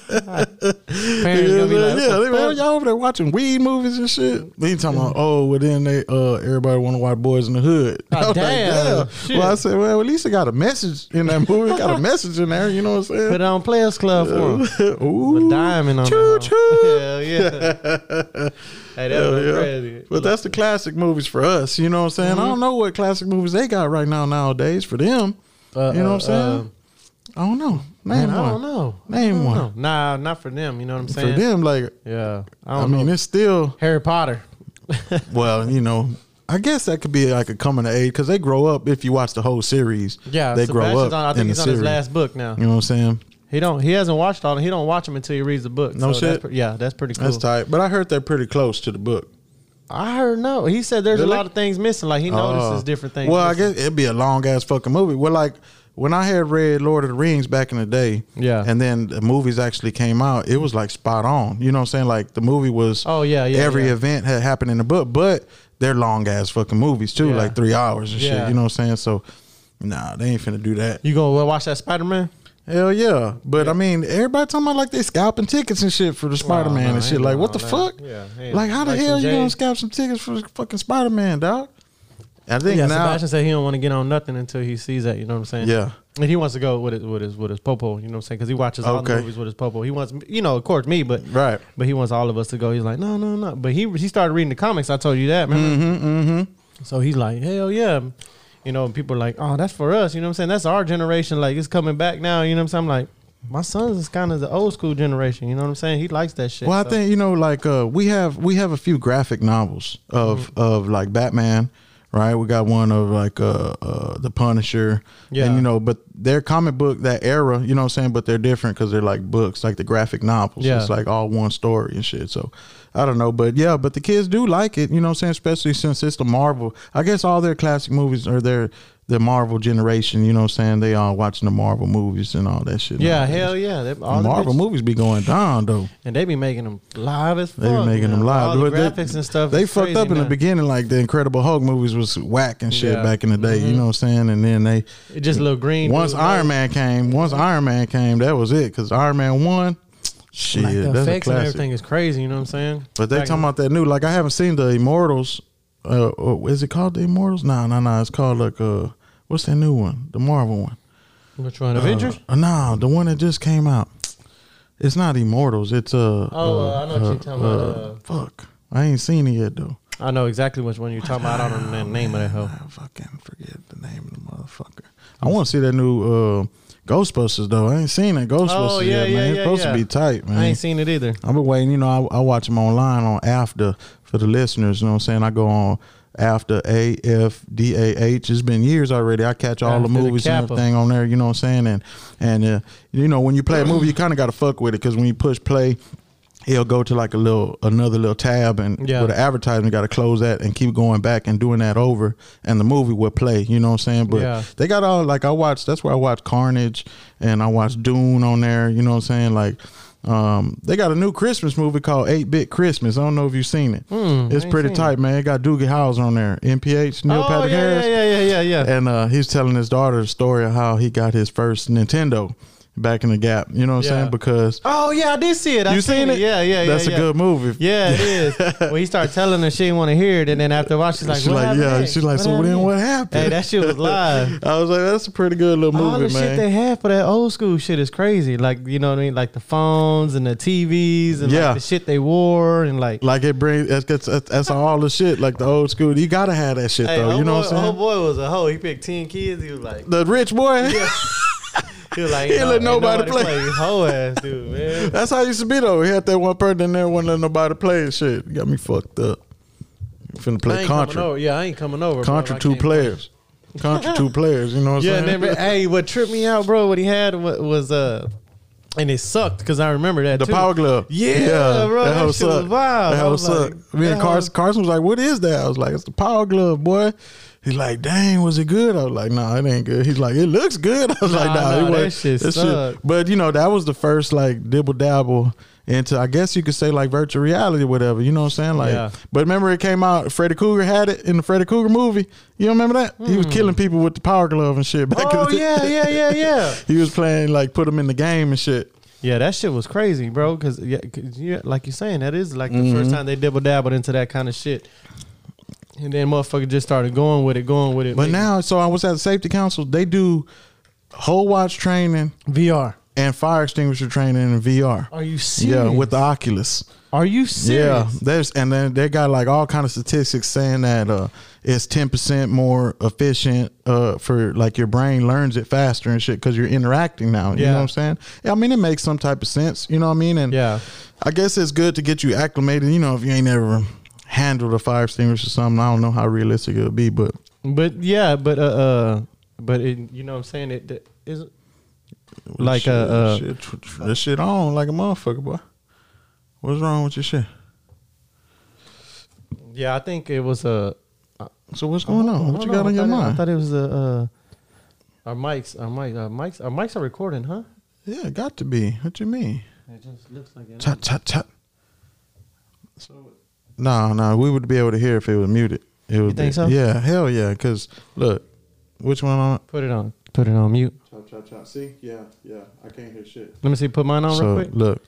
B: fuck?
C: Parents gonna be
B: yeah, they
C: like, "What the fuck?"
B: man, y'all over there watching Wii movies and shit. They talking about, oh, well then they, uh, everybody want to watch Boys in the Hood.
C: Ah,
B: I was like,
C: damn.
B: "Yeah."
C: Shit.
B: Well, I said, well, at least it got a message in that movie. It got a message in there. You know what I'm saying?
C: Put it on Players Club for them.
B: Ooh,
C: A diamond on
B: choo
C: that.
B: choo.
C: Hell yeah. hey, that was
B: Yeah, yeah.
C: crazy.
B: But that's the classic movies for us. You know what I'm saying?
C: Mm-hmm.
B: I don't know what classic movies they got right now nowadays for them.
C: Uh,
B: you know
C: uh,
B: what I'm saying? I don't know. Name
C: Man, I
B: one.
C: don't know.
B: Name
C: I don't
B: one.
C: know. Nah, not for them. You know what I'm
B: For
C: saying?
B: them, like
C: Yeah. I
B: I,
C: don't
B: mean,
C: know.
B: it's still
C: Harry Potter.
B: well, you know. I guess that could be like a coming of age because they grow up if you watch the whole series.
C: Yeah,
B: they grow
C: Sebastian's
B: up.
C: On, I
B: in
C: think
B: the
C: he's on
B: series.
C: his last book now.
B: You know what I'm saying?
C: He don't. He hasn't watched all. He don't watch them until he reads the book.
B: No
C: so
B: shit?
C: That's, pre- yeah, that's pretty cool.
B: That's tight. But I heard they're pretty close to the book.
C: I heard no. He said there's
B: Really?
C: a lot of things missing. Like he notices
B: Oh.
C: different things.
B: Well,
C: missing.
B: I guess it'd be a long ass fucking movie. Well, like when I had read Lord of the Rings back in the day,
C: Yeah.
B: and then the movies actually came out, it was like spot on. You know what I'm saying? Like the movie was.
C: Oh, yeah, yeah,
B: Every
C: yeah.
B: event had happened in the book, but they're long ass fucking movies too,
C: Yeah.
B: like three hours and shit.
C: Yeah.
B: You know what I'm saying? So. Nah, they ain't finna do that.
C: you gonna watch that Spider Man?
B: Hell yeah. But I mean, everybody talking about like they scalping tickets and shit for the Spider Man
C: no,
B: and
C: ain't
B: shit.
C: doing
B: Like, what
C: all
B: the
C: that.
B: fuck?
C: Yeah, ain't-
B: like, how the
C: like some
B: hell you gonna
C: J's.
B: scalp some tickets for fucking Spider Man, dog? I think
C: Yeah,
B: now.
C: Sebastian said he don't want to get on nothing until he sees that. You know what I'm saying?
B: Yeah.
C: And he wants to go with his with his with his popo. You know what I'm saying? Because he watches all the
B: Okay.
C: movies with his popo. He wants you know, of course, me, but
B: Right.
C: But he wants all of us to go. He's like, no, no, no. But he he started reading the comics. I told you that. Remember? Mm-hmm, mm-hmm. So he's like, hell yeah. You know, and people are like, oh, that's for us. You know what I'm saying? That's our generation. Like it's coming back now. You know what I'm saying? I'm like, my son's is kind of the old school generation. You know what I'm saying? He likes that shit.
B: Well, I
C: so-
B: think you know, like uh, we have we have a few graphic novels of
C: Mm-hmm.
B: of like Batman, right? We got one of like uh, uh the Punisher, yeah.
C: Yeah.
B: And you know, but their comic book that era, you know what I'm saying? But they're different because they're like books, like the graphic novels.
C: Yeah.
B: It's like all one story and shit. So I don't know, but yeah, but the kids do like it. You know what I'm saying? Especially since it's the Marvel. I guess all their classic movies are their the Marvel generation. You know what I'm saying? They all watching the Marvel movies and all that shit.
C: yeah,
B: nowadays.
C: hell yeah. They- all the
B: Marvel
C: bitches-
B: movies be going down though.
C: And they be making them live as fuck.
B: They be making
C: you know,
B: them live.
C: All the
B: But they-
C: graphics and stuff.
B: They
C: is
B: fucked
C: crazy
B: up in the
C: now.
B: beginning, like the Incredible Hulk movies was whack and shit
C: Yeah. Mm-hmm.
B: back in the day. You know what I'm saying? And then they
C: It just a little green.
B: once
C: dude,
B: Iron Man came, once Iron Man came, that was it. Because Iron Man one, shit,
C: like, the
B: that's a
C: effects and
B: classic.
C: everything is crazy. You know what I'm saying?
B: But they
C: Back
B: talking
C: in-
B: about that new. Like I haven't seen the Immortals. Uh, or is it called the Immortals? Nah, nah, nah. It's called like uh, what's that new one? The Marvel one.
C: which one? Avengers.
B: Uh, nah, the one that just came out. It's not Immortals. It's uh.
C: Oh, uh, I know what
B: uh,
C: you're talking about, uh,
B: fuck, I ain't seen it yet though.
C: I know exactly which one you're talking about. I don't know the name of that hoe.
B: I fucking forget the name of the motherfucker. I want to see that new uh, Ghostbusters though. I ain't seen that Ghostbusters
C: Oh, yeah,
B: yet,
C: yeah,
B: man. it's
C: yeah,
B: supposed
C: yeah.
B: to be tight, man.
C: I ain't seen it either.
B: I've been waiting. Mm-hmm. You know, I, I watch them online on after for the listeners. You know what I'm saying? I go on after A F D A H. It's been years already. I catch all the
C: After the
B: movies and
C: Kappa.
B: everything on there. You know what I'm saying? And and uh, you know when you play a movie, you kind of got to fuck with it because when you push play. He'll go to like a little another little tab and
C: Yeah.
B: with an advertisement, got to close that and keep going back and doing that over, and the movie will play. You know what I'm saying? But
C: Yeah.
B: they got all like I watched. That's where I watched Carnage and I watched Dune on there. You know what I'm saying? Like, um, they got a new Christmas movie called Eight Bit Christmas. I don't know if you've seen it. it's
C: Hmm, ain't
B: pretty
C: seen
B: tight, man. It got Doogie Howser on there, NPH, Neil
C: oh
B: Patrick
C: yeah,
B: Harris,
C: yeah, yeah, yeah, yeah, yeah.
B: and uh, he's telling his daughter the story of how he got his first Nintendo back in the gap. You know what I'm
C: Yeah.
B: saying? Because
C: Oh yeah, I did see it. I
B: you seen it?
C: Yeah, yeah, yeah.
B: That's
C: yeah.
B: a good movie.
C: Yeah, it is. when he started telling her she didn't want to hear it, and then after a while she's like,
B: She's
C: what
B: like,
C: happened
B: yeah.
C: next?
B: She's like, so then
C: happened
B: what
C: next?"
B: happened?
C: Hey, that shit was live.
B: I was like, that's a pretty good little
C: All
B: movie,
C: the
B: man.
C: shit they have for that old school shit is crazy. Like you know what I mean? Like the phones and the TVs and
B: Yeah.
C: like the shit they wore and like.
B: Like it brings that's, that's that's all the shit like the old school. You gotta have that shit though. You know what I'm saying?
C: Old boy was a hoe. He picked ten kids. He was like,
B: The rich boy.
C: he was like,
B: He
C: "Ain't
B: let
C: no- ain't
B: nobody play."
C: You Hoe ass dude, man.
B: That's how it used to be though. He had that one person in there, wouldn't let nobody play and shit. Got me fucked up. Finna
C: I
B: play
C: ain't
B: Contra.
C: coming over. Yeah, I ain't coming over. bro.
B: Contra
C: I
B: two
C: can't
B: players. Contra two players. You know what I'm
C: Yeah, and
B: saying?
C: then, hey, what tripped me out, bro? What he had wa- was uh, and it sucked because I remember that
B: The
C: too.
B: power glove.
C: Yeah, bro, that shit was wild.
B: That
C: I
B: whole
C: was like,
B: suck. Me
C: that
B: and Carson, Carson was like, "What is that?" I was like, "It's the power glove, boy." He's like, "Dang, was it good?" I was like, "Nah, it ain't good." He's like, "It looks good." I was like,
C: Nah,
B: "Nah,
C: nah,
B: it
C: that
B: wasn't."
C: shit
B: That
C: sucked.
B: But you know, that was the first like dibble dabble into, I guess you could say like virtual reality, or whatever. You know what I'm saying? Like,
C: Yeah.
B: but remember it came out. Freddy Cougar had it in the Freddy Cougar movie. You don't remember that? He was killing people with the power glove and shit. Back
C: Hmm. Oh
B: in the
C: yeah, yeah, yeah, yeah.
B: He was playing like put him in the game and shit.
C: Yeah, that shit was crazy, bro. Because yeah, 'cause you- like you're saying, that is like the
B: Mm-hmm.
C: first time they dibble dabbled into that kind of shit. And then motherfucker just started going with it, going with it.
B: But
C: making-
B: now, so I was at the safety council. They do whole watch training
C: VR.
B: and fire extinguisher training in VR.
C: Are you serious?
B: Yeah, with the Oculus.
C: Are you serious?
B: Yeah, there's and then they got like all kind of statistics saying that uh, it's ten percent more efficient uh, for like your brain learns it faster and shit because you're interacting now. You
C: Yeah.
B: know what I'm saying? Yeah, I mean it makes some type of sense. You know what I mean? And
C: Yeah.
B: I guess it's good to get you acclimated. You know, if you ain't ever handled a fire extinguisher or something, I don't know how realistic it'll be, but
C: But yeah, but uh, uh but it, you know what I'm saying? It, it is like
B: shit,
C: uh, uh
B: shit, tr- tr- this shit on like a motherfucker, boy. What's wrong with your shit?
C: yeah, I think it was a
B: So what's going on? What you got on your
C: I
B: mind?
C: thought it was a uh our mics, our mic, our mics, our mics are recording, huh?
B: Yeah, it got to be. What you mean?
C: It just looks like it.
B: Tut tut tut. No, no, we would be able to hear if it was muted. It would
C: think
B: be,
C: so?
B: Yeah, hell yeah. Cause look, which one on?
C: Put it on. Put it on mute.
B: Chop chop chop. See, yeah, yeah. I can't hear shit.
C: Let me see. Put mine on
B: So
C: real quick.
B: look,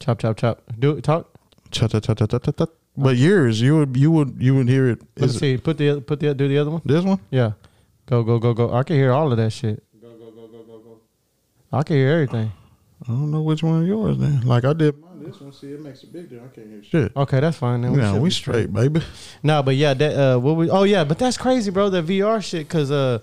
C: Chop, chop, chop. Do it. Talk.
B: chop chop chop chop chop. chop. But yours, you would, you would, you would hear it.
C: Let me
B: Is it
C: see. Put the oth- put the do the other one.
B: this one?
C: Yeah. Go go go go. I can hear all of that shit. Go go go go go go. I can hear everything.
B: I don't know which one of yours then. Like I did mine. This one, see, it makes a big difference. I can't hear shit.
C: Okay, that's fine. Then
B: yeah,
C: should
B: we
C: be
B: straight, baby.
C: No, but yeah, that uh, what we? Oh yeah, but that's crazy, bro. That VR shit, cause uh,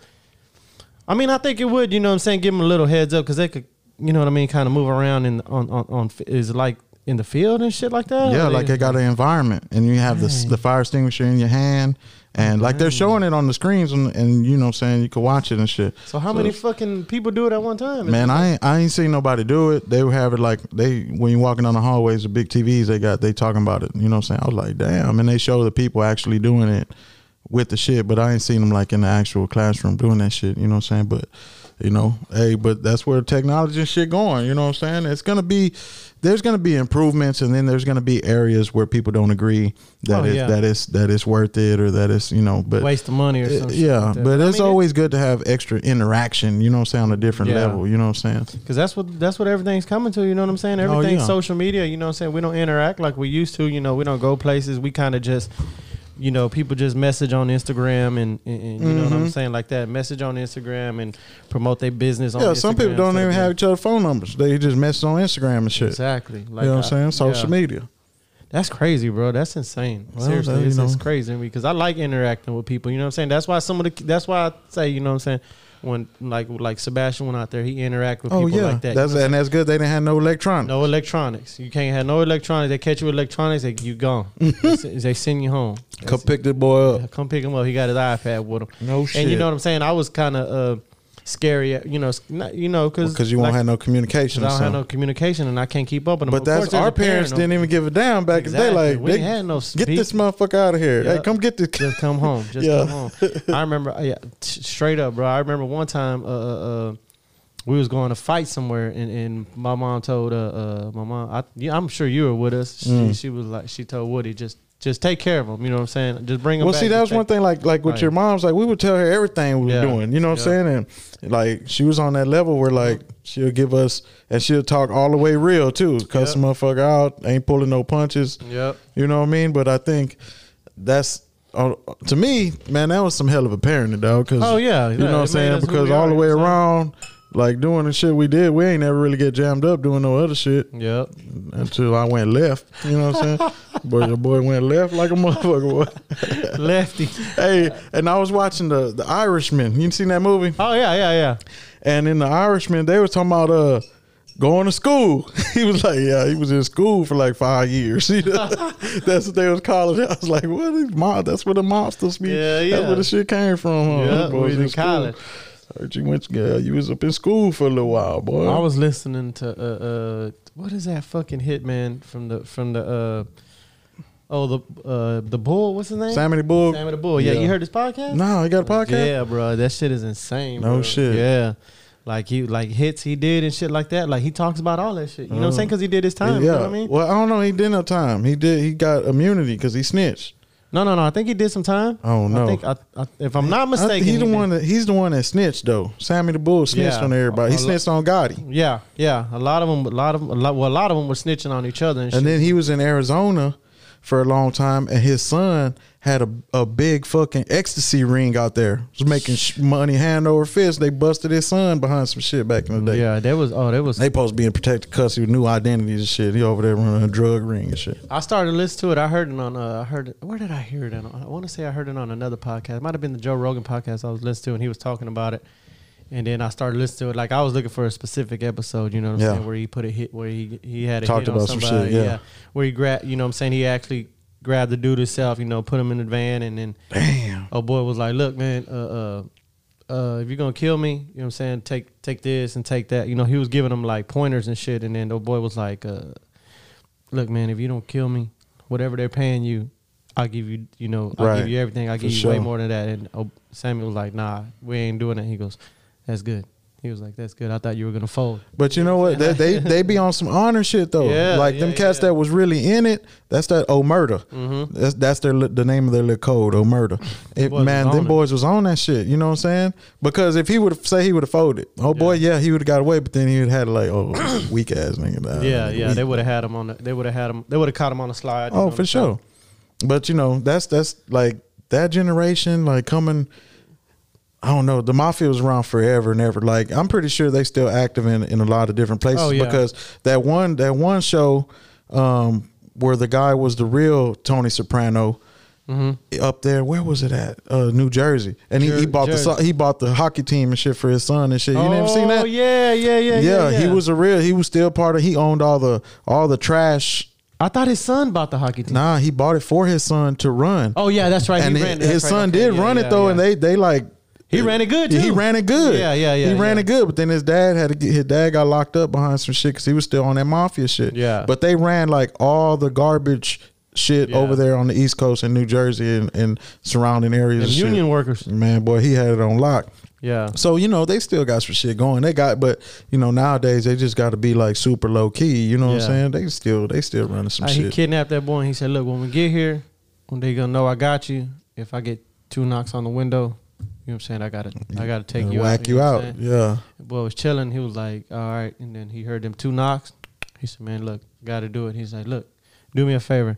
C: I mean, I think it would, you know, what I'm saying, give them a little heads up, cause they could, you know what I mean, kind of move around and on on on f- is it like in the field and shit like that.
B: yeah,
C: Or
B: like
C: they-
B: it got an environment, and you have the
C: Dang.
B: the fire extinguisher in your hand, and like they're showing it on the screens, and, and you know, what I'm saying you can watch it and shit.
C: So how many fucking people do it at one time?
B: Man, I ain't, I ain't seen nobody do it. They would have it like they when you walking down the hallways, the big TVs they got, they talking about it. You know what I'm saying? I was like, damn. And they show the people actually doing it with the shit, but I ain't seen them like in the actual classroom doing that shit. You know what I'm saying? But you know, hey, but that's where technology and shit going. You know what I'm saying? It's gonna be there's gonna be improvements, and then there's gonna be areas where people don't agree that
C: Oh,
B: it's
C: yeah.
B: that it's that it's worth it or that it's you know, but
C: waste of money or
B: uh,
C: something.
B: yeah, but it's
C: always.
B: always good to have extra interaction. You know what I'm saying? On a different
C: Yeah.
B: level. You know what I'm saying?
C: Cause that's what that's what everything's coming to. You know what I'm saying?
B: Oh,
C: Everything's
B: yeah.
C: social media. You know what I'm saying? We don't interact like we used to. You know, we don't go places. We kind of just, you know, people just message on Instagram and, and, and you know what
B: Mm-hmm.
C: I'm saying like that. Message on Instagram and promote their business. on
B: Yeah, some people
C: Instagram
B: don't
C: to the-
B: even have each other's phone numbers. They just message on Instagram and shit.
C: exactly. Like
B: you know
C: I-
B: what I'm saying? Social
C: yeah.
B: media.
C: That's crazy, bro. That's insane.
B: Well,
C: Seriously,
B: that, you
C: it's, it's
B: know.
C: crazy because I like interacting with people. You know what I'm saying? That's why some of the that's why I say you know what I'm saying when like like Sebastian went out there, he interact with
B: Oh
C: people
B: yeah,
C: like that. You
B: that's
C: know what I'm
B: and that's good. They didn't have no electronics.
C: No electronics. You can't have no electronics. They catch you with electronics, they, you gone. they, s- they send you home. That's
B: Come
C: it.
B: pick the boy up.
C: Come pick him up. He got his iPad with him.
B: No
C: And you
B: shit.
C: know what I'm saying? I was kind of uh, scary, you know, s- not, you know, because
B: Because you won't have no communication.
C: I
B: Or
C: don't have
B: something.
C: no communication and I can't keep up with them.
B: but
C: Of
B: that's
C: course, there's
B: our
C: a parent
B: parents
C: on-
B: didn't even give a damn back in the day.
C: Exactly.
B: Like
C: we
B: they,
C: ain't had no
B: get
C: speak.
B: this motherfucker out of here.
C: Yeah.
B: Hey, come get this.
C: just come home. Just
B: Yeah.
C: come home. I remember, uh, yeah, t- straight up, bro. I remember one time, uh, uh, uh, we was going to fight somewhere, and, and my mom told uh, uh my mom, I, yeah, I'm sure you were with us. She,
B: Mm.
C: she was like, she told Woody, just just take care of him. You know what I'm saying? Just bring him.
B: Well,
C: back.
B: see, that
C: Just
B: was
C: take-
B: one thing. Like, like with
C: Right.
B: your mom's, like we would tell her everything we were
C: Yeah.
B: doing. You know what
C: Yeah.
B: I'm saying? And like she was on that level where like she'll give us and she'll talk all the way real too, cuss the motherfucker out, ain't pulling no punches.
C: Yep.
B: You know what I mean? But I think that's uh, to me, man, that was some hell of a parenting, dog. Cause
C: Oh, yeah.
B: you
C: Yeah,
B: know what
C: it
B: I'm
C: made
B: saying?
C: us who
B: Because
C: we
B: all
C: are,
B: the way
C: you know what
B: around, like doing the shit we did, we ain't never really get jammed up doing no other shit
C: Yep.
B: until I went left. You know what I'm saying? but your boy went left like a motherfucker. Boy
C: Lefty.
B: hey, and I was watching the the Irishman. You seen that movie?
C: Oh yeah, yeah, yeah.
B: And in the Irishman, they were talking about uh going to school. he was like, yeah, he was in school for like five years. You know? that's what they was calling it. I was like, what is mob? That's where the mobsters be.
C: Yeah, yeah.
B: That's where the shit came from. huh?
C: Yeah,
B: Oh, Them boys
C: we was in
B: school.
C: college.
B: Heard you went, girl. You was up in school for a little while, boy.
C: I was listening to uh, uh what is that fucking hitman from the from the uh oh the uh the bull what's his name
B: Sammy the Bull.
C: Sammy the bull yeah,
B: Yeah.
C: you heard his podcast
B: No, he got a podcast.
C: yeah bro that shit is insane
B: No
C: bro.
B: shit.
C: yeah like he like hits he did and shit like that like he talks about all that shit you know what I'm
B: Uh-huh.
C: saying because he did his time you know what I mean
B: Well, I don't know. He didn't have time. He did. He got immunity because he snitched.
C: no no no I think he did some time
B: Oh, no.
C: I think I, I, if I'm not
B: I think
C: mistaken
B: he's the
C: he
B: one
C: did.
B: that he's the one that snitched though. Sammy the Bull snitched
C: Yeah.
B: on everybody. He
C: A lo-
B: snitched on Gotti,
C: yeah yeah a lot of them a lot of 'em- a lot well a lot of them were snitching on each other and, shit.
B: and then he was in Arizona for a long time, and his son had a, a big fucking ecstasy ring out there. Was making sh- money hand over fist. They busted his son behind some shit back in the day.
C: yeah that was oh that was
B: They supposed to be in protected custody with new identities and shit. He over there running a drug ring and shit.
C: I started to listen to it. I heard it on. Uh, I heard it, where did I hear it? On? I want to say I heard it on another podcast. It might have been the Joe Rogan podcast I was listening to, and he was talking about it. And then I started listening to it. Like I was looking for a specific episode, you know what I'm
B: Yeah.
C: saying, where he put a hit, where he he had a
B: Talked
C: hit on
B: about some shit,
C: somebody,
B: yeah.
C: where he grabbed, you know what I'm saying, he actually grabbed the dude himself, you know, put him in the van, and then
B: Damn.
C: oh boy was like, look, man, uh, uh, uh, if you're gonna kill me, you know what I'm saying, take take this and take that. You know, he was giving him like pointers and shit, and then the boy was like, uh, look, man, if you don't kill me, whatever they're paying you, I'll give you, you know, I'll
B: Right.
C: give you everything. I'll
B: For
C: give you way
B: sure.
C: more than that. And oh, Samuel was like, nah, we ain't doing that. He goes, that's good. He was like, that's good. I thought you were gonna fold.
B: But you know what? They, they they be on some honor shit though.
C: Yeah,
B: like
C: yeah,
B: them cats
C: yeah.
B: that was really in it. That's that Omerta. That's that's their li- the name of their little code. Omerta. It,
C: boys
B: man,
C: was
B: them
C: on it.
B: boys was on that shit. You know what I'm saying? Because if he would have say he would have folded, oh boy, yeah, he would have got away. But then he would have had like oh weak ass nigga. Nah,
C: yeah,
B: nigga,
C: yeah.
B: weak.
C: They would have had him on. The, they would have had him. They would have caught him on the slide. you know
B: Oh,
C: what
B: for
C: I'm saying?
B: sure. But you know, that's that's like that generation, like coming. I don't know. The mafia was around forever and ever. Like I'm pretty sure they still active in in a lot of different places
C: Oh, yeah.
B: because that one that one show um, where the guy was the real Tony Soprano. Up there, where was it at? Uh, New Jersey, and he, he
C: Mm-hmm. Jer-
B: bought the
C: Jersey.
B: so- he bought the hockey team and shit for his son and shit. You never seen
C: Oh
B: that?
C: yeah, yeah, yeah, yeah,
B: yeah, he was a real. He was still part of. He owned all the all the trash.
C: I thought his son bought the hockey team.
B: Nah, he bought it for his son to run.
C: Oh yeah, that's right.
B: and
C: he
B: hi-
C: ran,
B: his,
C: that's right,
B: son
C: okay,
B: did
C: yeah,
B: run
C: yeah,
B: it though,
C: yeah.
B: and they they like
C: He ran it good,
B: He
C: too.
B: ran it good.
C: Yeah, yeah, yeah,
B: He ran
C: yeah.
B: it good, but then his dad had to get his dad got locked up behind some shit because he was still on that mafia shit.
C: Yeah.
B: but they ran like all the garbage shit
C: Yeah.
B: over there on the East Coast in New Jersey and, and surrounding areas.
C: And
B: and shit.
C: union workers.
B: man, boy, he had it on lock.
C: Yeah.
B: So you know they still got some shit going. They got, but you know nowadays they just got to be like super low key. You know what
C: Yeah.
B: I'm saying? They still they still running some
C: Uh, he
B: shit.
C: kidnapped that boy and he said, Look, when we get here, when they gonna know I got you, if I get two knocks on the window, you know what I'm saying? I gotta I gotta take
B: And
C: you
B: whack
C: out.
B: you
C: know what
B: out.
C: I'm saying?
B: Yeah.
C: The boy was chilling, he was like, All right, and then he heard them two knocks. He said, Man, look, gotta do it. He's like, Look, do me a favor.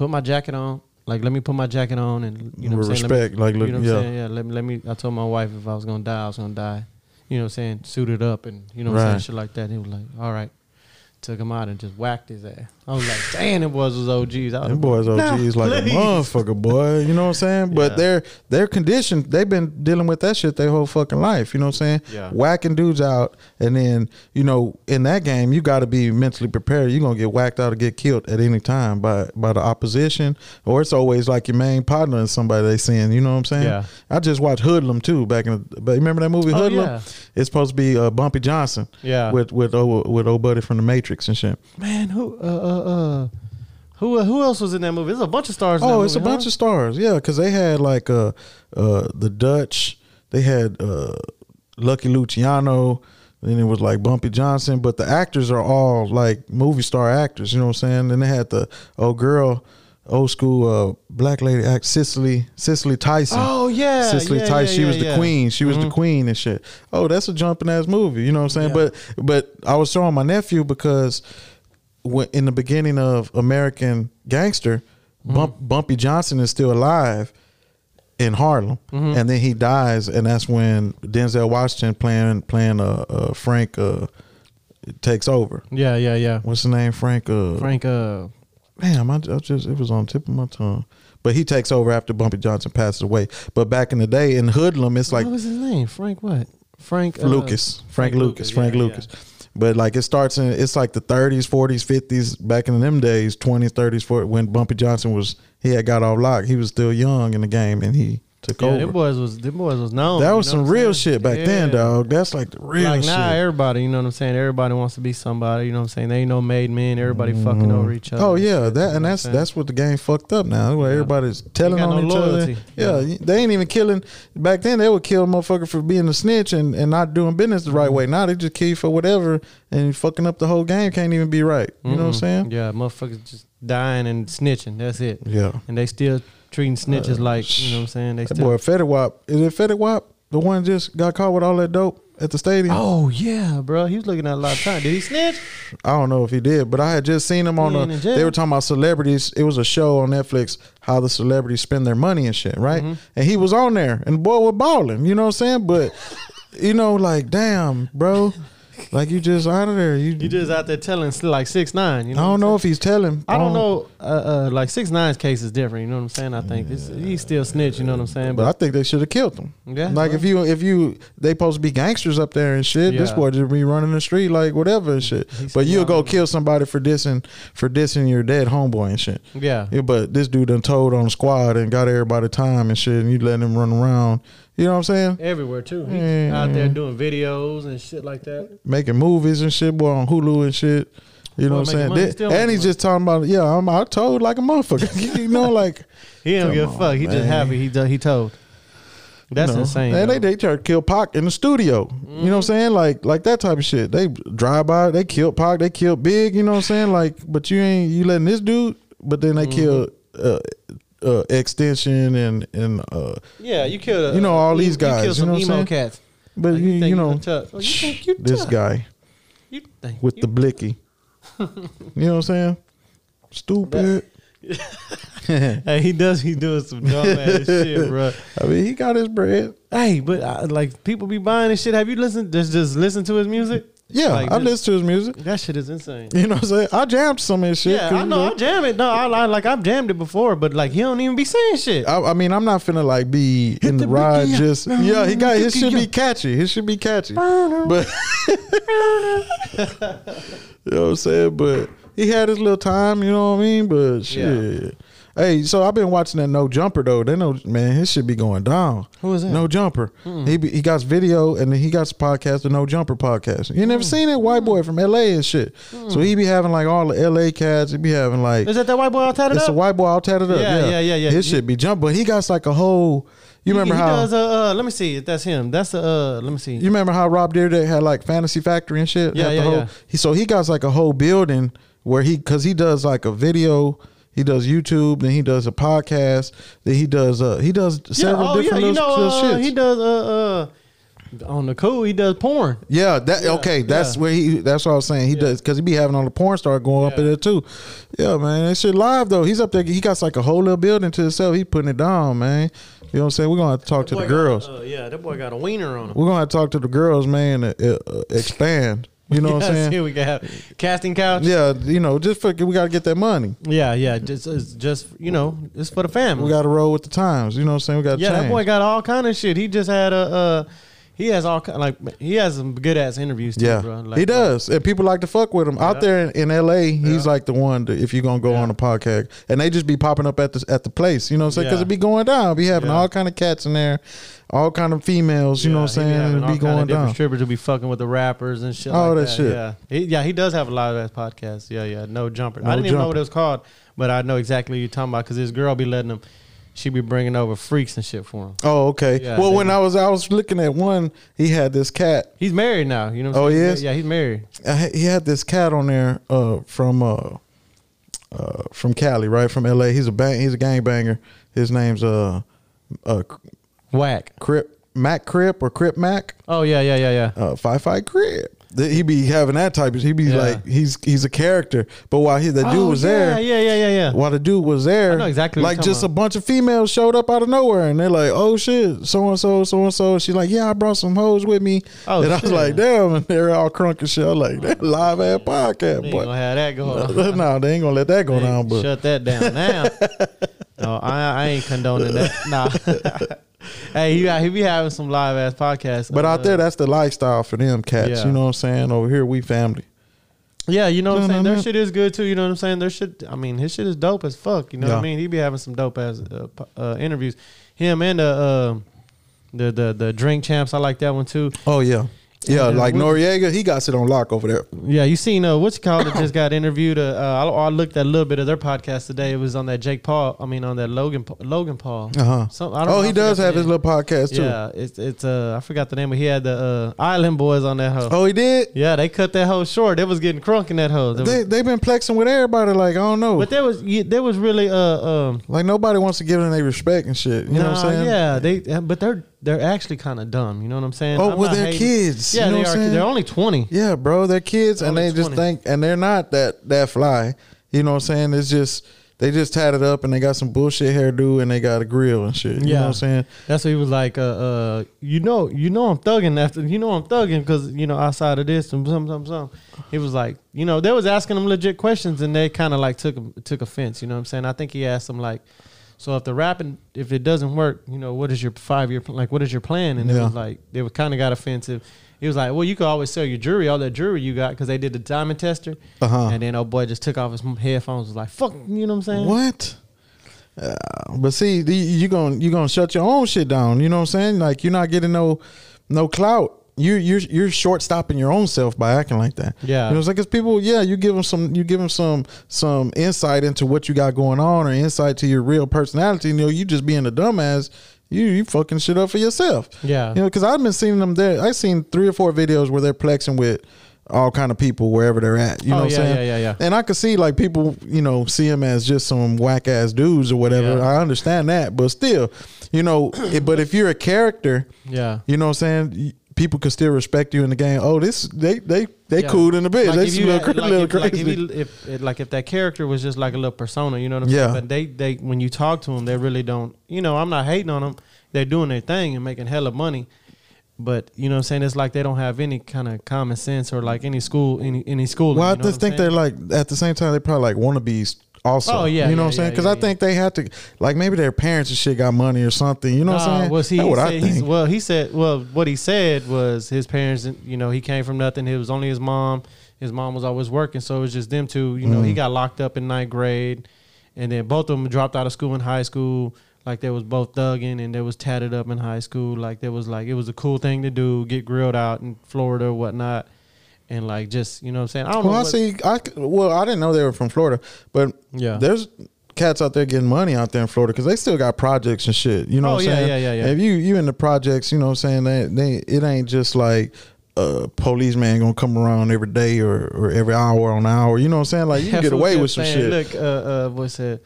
C: Put my jacket on. Like let me put my jacket on and you know what
B: With
C: I'm saying? Let me-
B: respect, like, look-
C: you know what
B: yeah.
C: I'm saying? Yeah, let me let me I told my wife if I was gonna die, I was gonna die. You know what I'm saying? Suited up and you know what I'm saying,
B: Right.
C: shit like that. He was like, All right. Took him out and just whacked his ass. I was like, damn, it was was OGs. I was
B: Them boys OGs like
C: Uh, please.
B: a motherfucker, boy. You know what I'm saying? But
C: Yeah.
B: they're they're conditioned. They've been dealing with that shit their whole fucking life. You know what I'm saying?
C: Yeah.
B: Whacking dudes out, and then you know in that game you got to be mentally prepared. You're gonna get whacked out or get killed at any time by by the opposition, or it's always like your main partner and somebody they seeing. You know what I'm saying?
C: Yeah.
B: I just watched Hoodlum too back in. The, but remember that movie
C: Oh,
B: Hoodlum?
C: yeah.
B: It's supposed to be uh, Bumpy Johnson.
C: Yeah.
B: With with old, with old buddy from the Matrix and shit.
C: man, who uh uh uh who who else was in that movie? There's a bunch of stars. in
B: Oh,
C: that
B: it's a
C: movie,
B: bunch of stars. Yeah, because they had like uh, uh, the Dutch. They had uh, Lucky Luciano. Then it was like Bumpy Johnson. But the actors are all like movie star actors. You know what I'm saying? Then they had the old girl, old school uh, black lady act Cicely Cicely Tyson.
C: Oh, yeah,
B: Cicely
C: yeah, yeah,
B: Tyson. she
C: yeah,
B: was the
C: yeah. Mm-hmm.
B: queen. She was the queen and shit. Oh, that's a jumping ass movie. You know what I'm saying?
C: Yeah.
B: But but I was showing my nephew because when, in the beginning of American Gangster,
C: Mm-hmm.
B: Bump, Bumpy Johnson is still alive in Harlem,
C: Mm-hmm.
B: and then he dies, and that's when Denzel Washington playing playing uh, uh Frank uh takes over.
C: Yeah, yeah, yeah.
B: What's the name? Frank. Uh,
C: Frank uh
B: Damn, I, I just it was on the tip of my tongue. But he takes over after Bumpy Johnson passes away. But back in the day in Hoodlum, it's like
C: what was his name? Frank what? Oh, Frank uh,
B: Lucas, Frank, Lucas, Frank
C: yeah,
B: Lucas.
C: yeah.
B: But like it starts in it's like the 30s, 40s, 50s back in them days, 20s, 30s, 40s, when Bumpy Johnson was he had got off lock. He was still young in the game and he took
C: Yeah,
B: over.
C: them boys was them boys was known.
B: that
C: you
B: was
C: know
B: some
C: what I'm
B: real
C: saying?
B: shit back then,
C: Yeah.
B: dog. That's like the real
C: Like
B: shit.
C: now, everybody, you know what I'm saying. Everybody wants to be somebody. You know what I'm saying. They ain't no made men. Everybody fucking over each other.
B: Oh yeah, that
C: You
B: and
C: know what I'm
B: that's
C: saying?
B: that's what the game fucked up now. Where everybody's telling
C: got
B: on
C: no
B: each
C: loyalty.
B: other. Yeah, you- they ain't even killing. Back then, they would kill a motherfucker for being a snitch and, and not doing business the
C: Mm-hmm.
B: right way. Now they just kill you for whatever and fucking up the whole game. Can't even be right. You know what I'm saying?
C: Yeah, motherfuckers just dying and snitching. That's it.
B: Yeah.
C: And they still treating snitches like you know what I'm saying. They
B: Uh, That
C: still.
B: boy Fetterwap is it Fetterwap the one just got caught with all that dope at the stadium?
C: Oh yeah, bro. He was looking at a lot of time. Did he snitch?
B: I don't know if he did, but I had just seen him on
C: He
B: a.
C: ain't in jail.
B: They were talking about celebrities. It was a show on Netflix how the celebrities spend their money and shit, right?
C: Mm-hmm.
B: And he was on there, and the boy was balling. You know what I'm saying? But you know, like damn, bro, like you just out of there. You,
C: You just out there telling s- like six nine. You
B: I
C: know.
B: don't know if he's telling.
C: I don't know. Uh, uh, like six nine's case is different. You know what I'm saying? I think it's, he's still snitch. You know what I'm saying?
B: Um, But I think they should have killed him.
C: Yeah,
B: Like
C: well.
B: if you if you they supposed to be gangsters up there and shit, this
C: Yeah.
B: boy just be running the street like whatever and shit. But you'll go kill somebody for dissing for dissing your dead homeboy and shit.
C: yeah.
B: Yeah, but this dude done told on the squad and got everybody time and shit, and you letting him run around. You know what I'm saying?
C: everywhere too. He's
B: Yeah.
C: out there doing videos and shit like that.
B: Making movies and shit, boy, on Hulu and shit. You know what I'm
C: Boy, making
B: saying?
C: money,
B: Then-
C: still
B: and
C: making
B: he's just talking about, yeah, I'm I told like a motherfucker. you know, like
C: He don't
B: Come
C: give a
B: on,
C: fuck. He just
B: man.
C: happy he do- he told. That's
B: you know, And
C: insane.
B: they
C: though. Mm-hmm.
B: they tried to kill Pac in the studio. You know what I'm saying? Like like that type of shit. They drive by, they killed Pac, they killed Big. You know what I'm saying? Like, but you ain't you letting this dude. But then
C: Mm-hmm.
B: they killed uh, uh, Extension and and uh,
C: yeah, you killed. A,
B: You know, all these guys,
C: You
B: you
C: killed some
B: know what I'm
C: emo
B: saying?
C: cats.
B: but
C: Like,
B: you, you,
C: think
B: know.
C: tough. Oh, you think you
B: This
C: tough.
B: guy.
C: You think
B: with
C: you
B: the blicky. you know what I'm saying? Stupid.
C: Hey, he does. He doing some dumb ass shit, bro.
B: I mean, he got his bread.
C: Hey, but I, like people be buying this shit. Have you listened? Just just listen to his music.
B: Yeah,
C: Like
B: I
C: this-
B: listen to his music.
C: That shit is insane.
B: You know what I'm saying? I jammed some of his shit.
C: Yeah,
B: 'cause,
C: I
B: you
C: know. I jam it. No, I, I like I've jammed it before, but like he don't even be saying shit.
B: I, I mean, I'm not finna like be in the,
C: the
B: ride.
C: blicky, yeah.
B: Just yeah, he got his should be
C: Yeah.
B: catchy. His should be catchy. But you know what I'm saying? But he had his little time. You know what I mean? But shit. Hey, so I've been watching that No Jumper though. They know, man, his should be going down.
C: Who is that? Hmm.
B: No Jumper. He be, he got his video and then he got his podcast, the No Jumper podcast. You
C: Hmm.
B: never seen that white boy from L.A. and shit. So he be having like all the L.A. cats. He be having like
C: is that that white boy all tatted
B: it's a
C: up?
B: white boy all tatted up.
C: Yeah,
B: Yeah,
C: yeah, yeah, yeah.
B: His
C: You-
B: shit be jump, but he got like a whole. You remember
C: he, he
B: how?
C: Does, uh, uh, let me see. if That's him. That's the. Uh, let me see.
B: you remember how Rob Deerdeck had like Fantasy Factory and shit.
C: Yeah,
B: Had the
C: yeah,
B: whole-
C: yeah.
B: He, so he got like a whole building where he because he does like a video. He does YouTube, then he does a podcast, then he does uh he does several different
C: you
B: little,
C: know,
B: little
C: uh,
B: shits.
C: he does uh, uh, on the cool. He does porn.
B: yeah, that okay. That's
C: yeah.
B: where he. That's what I was saying. He does because he be having all the porn star going up in there too. Yeah, man, that shit live though. He's up there. He got like a whole little building to himself. He putting it down, man. You know what I'm saying? We're gonna have to talk to the girls.
C: uh, yeah, that boy got a wiener on him.
B: We're gonna have to talk to the girls, man. and, Uh, uh, expand. You know what I'm saying?
C: Here we got casting couch. Yeah,
B: Yeah, you know, just for, we gotta get that money.
C: yeah, Just, it's just you know, it's for the family.
B: We gotta roll with the times. You know what I'm saying? We gotta
C: yeah, that
B: change.
C: boy got all kind of shit. He just had a. Uh, he has all ki- like he has some good ass interviews too,
B: yeah,
C: bro. Like,
B: he does, and people like to fuck with him out there in, in L.A. He's like the one. That if you're gonna go
C: Yeah.
B: on a podcast, and they just be popping up at the at the place, you know what I'm saying? Because
C: Yeah.
B: it be going down, be having
C: Yeah.
B: all kind of cats in there, all kind of females, you know what I'm saying? and it be going down.
C: Strippers will be fucking with the rappers and shit.
B: All
C: like
B: that shit.
C: Yeah, he, yeah, he does have a lot of that podcast. Yeah, yeah, no jumper.
B: No
C: I didn't even know what
B: Jumper.
C: it was called, but I know exactly what you're talking about because this girl be letting him. She be bringing over freaks and shit for him.
B: Oh, okay.
C: Yeah,
B: well,
C: they
B: when
C: be-
B: I was I was looking at one, he had this cat.
C: He's married now. You know. What I'm
B: Oh,
C: saying?
B: he is?
C: Yeah, he's married.
B: I had- he had this cat on there uh, from uh, uh, from Cali, right from L.A. He's a bang, he's a gangbanger. His name's uh, uh,
C: Whack.
B: Crip Mac Crip or Crip Mac
C: Oh yeah, yeah, yeah, yeah.
B: uh, Five Five Crip. Th- He be having that type. of He be
C: Yeah.
B: like he's he's a character. But while he the dude
C: Oh,
B: was
C: yeah,
B: there,
C: Yeah, yeah, yeah, yeah.
B: while the dude was there,
C: I know exactly what
B: like
C: you're
B: just
C: talking
B: a bunch of females showed up out of nowhere, and they're like, "Oh shit, so and so, so and so." She's like, "Yeah, I brought some hoes with me,"
C: Oh,
B: and I was
C: shit.
B: like, "Damn!" And they're all crunk and shit. I'm like, "That live ass podcast,
C: They ain't
B: boy."
C: gonna have that going on.
B: no, they ain't gonna let that go down. But
C: Shut that down now. no, I, I ain't condoning that. Nah. hey, you he be having some live ass podcasts. uh,
B: but out there, that's the lifestyle for them cats.
C: Yeah.
B: You know what I'm saying? Over here, we family.
C: Yeah, you know what I'm
B: No,
C: saying.
B: no,
C: Their
B: no.
C: shit is good too. You know what I'm saying. Their shit. I mean, his shit is dope as fuck. You know what
B: Yeah.
C: I mean. He be having some dope ass uh, p- uh, interviews. Him and the uh, the the the drink champs. I like that one too.
B: Oh yeah.
D: Yeah,
C: Yeah,
D: like
C: what-
D: Noriega, he got shit on lock over there.
C: Yeah, you seen uh, what's it called that just got interviewed? Uh, uh, I, I looked at a little bit of their podcast today. It was on that Jake Paul. I mean, on that Logan Pa- Logan Paul.
B: Uh-huh.
C: Some- I don't know,
D: Oh,
C: I
D: he
C: forgot
D: does
C: the
D: have his
C: name.
D: little podcast too.
C: Yeah, it's it's uh, I forgot the name, but he had the uh, Island Boys on that hoe.
D: Oh, he did.
C: Yeah, they cut that hoe short. They was getting crunk in that hoe. They was-
B: They they been plexing with everybody like I don't know.
C: but there was yeah, there was really uh um
B: like nobody wants to give them any respect and shit. You know what
C: nah,
B: I'm saying?
C: Yeah, they but they're they're actually kind of dumb. You know what I'm saying?
B: Oh,
C: I'm
B: well,
C: not
B: they're
C: hating.
B: kids.
C: Yeah,
B: you know
C: they
B: what
C: are.
B: I'm saying?
C: They're only twenty.
B: Yeah, bro, they're kids and
C: Only
B: they just
C: 20.
B: think and they're not that that fly. You know what I'm saying? It's just they just tied it up and they got some bullshit hairdo and they got a grill and shit. You know
C: Yeah.
B: what I'm saying?
C: That's what he was like. Uh, uh, you know, you know, I'm thugging after. You know, I'm thugging because you know, outside of this and some, some, some. He was like, you know, they was asking him legit questions, and they kind of like took him- took offense. You know what I'm saying? I think he asked him like, so if the rapping, if it doesn't work, you know, what is your five year like? What is your plan? And it
B: Yeah.
C: was like they were kind of got offensive. He was like, well, you could always sell your jewelry, all that jewelry you got, because they did the diamond tester,
B: Uh-huh.
C: and then old boy just took off his headphones, was like, fuck, you know what I'm saying?
B: What? Uh, but see, the- you going you gonna shut your own shit down. You know what I'm saying? Like you're not getting no no clout. You you're you're short stopping your own self by acting like that.
C: Yeah.
B: you know, it's like it's people. Yeah, you give them some you give them some some insight into what you got going on or insight to your real personality. You know, you just being a dumbass. You you fucking shit up for yourself.
C: Yeah.
B: you know, because I've been seeing them there. I seen three or four videos where they're plexing with all kind of people wherever they're at. You
C: Oh,
B: know what
C: yeah,
B: I'm saying?
C: yeah, yeah, yeah.
B: And I could see like people, you know, see him as just some whack ass dudes or whatever.
C: Yeah.
B: I understand that, but still, you know, it, but if you're a character,
C: Yeah.
B: you know what I'm saying? y- People could still respect you in the game. Oh, this they they they
C: Yeah.
B: cool in the bitch.
C: Like
B: they
C: if you
B: smell
C: had-
B: cra-
C: like
B: little
C: if- like
B: crazy.
C: if, you- if- if- like if that character was just like a little persona, you know what I'm
B: Yeah.
C: saying? But they they when you talk to them, they really don't. You know, I'm not hating on them. They're doing their thing and making hella money. But you know what I'm saying? It's like they don't have any kind of common sense or like any school any any schooling.
B: well, I
C: you know
B: just
C: what
B: think
C: I'm
B: they're
C: saying?
B: like at the same time they probably like wannabes. Also,
C: Oh, yeah,
B: you know what
C: yeah,
B: I'm saying?
C: yeah,
B: Because
C: yeah,
B: I
C: yeah.
B: think they had to, like, maybe their parents and shit got money or something. You know what I'm
C: Nah,
B: saying?
C: well, see,
B: That's
C: he
B: what I
C: said, he's,
B: think.
C: well, he said, well, what he said was his parents, you know, he came from nothing. It was only his mom. His mom was always working. So it was just them two. You know,
B: Mm.
C: he got locked up in ninth grade. And then both of them dropped out of school in high school. Like they was both thugging and they was tatted up in high school. Like there was like, it was a cool thing to do, get grilled out in Florida or whatnot. And like just, you know what I'm saying? I don't
B: Well,
C: know.
B: I
C: what-
B: see. I c- well, I didn't know they were from Florida, but
C: Yeah.
B: there's cats out there getting money out there in Florida because they still got projects and shit. You know
C: Oh,
B: what I'm
C: yeah,
B: saying?
C: yeah, yeah, yeah.
B: If you you in the projects, you know what I'm saying? They, they it ain't just like a policeman gonna come around every day or, or every hour on the hour. You know what I'm saying? Like you can
C: That's
B: get
C: what
B: away
C: he
B: with some
C: kept
B: shit.
C: saying. Look, uh, uh, what's it?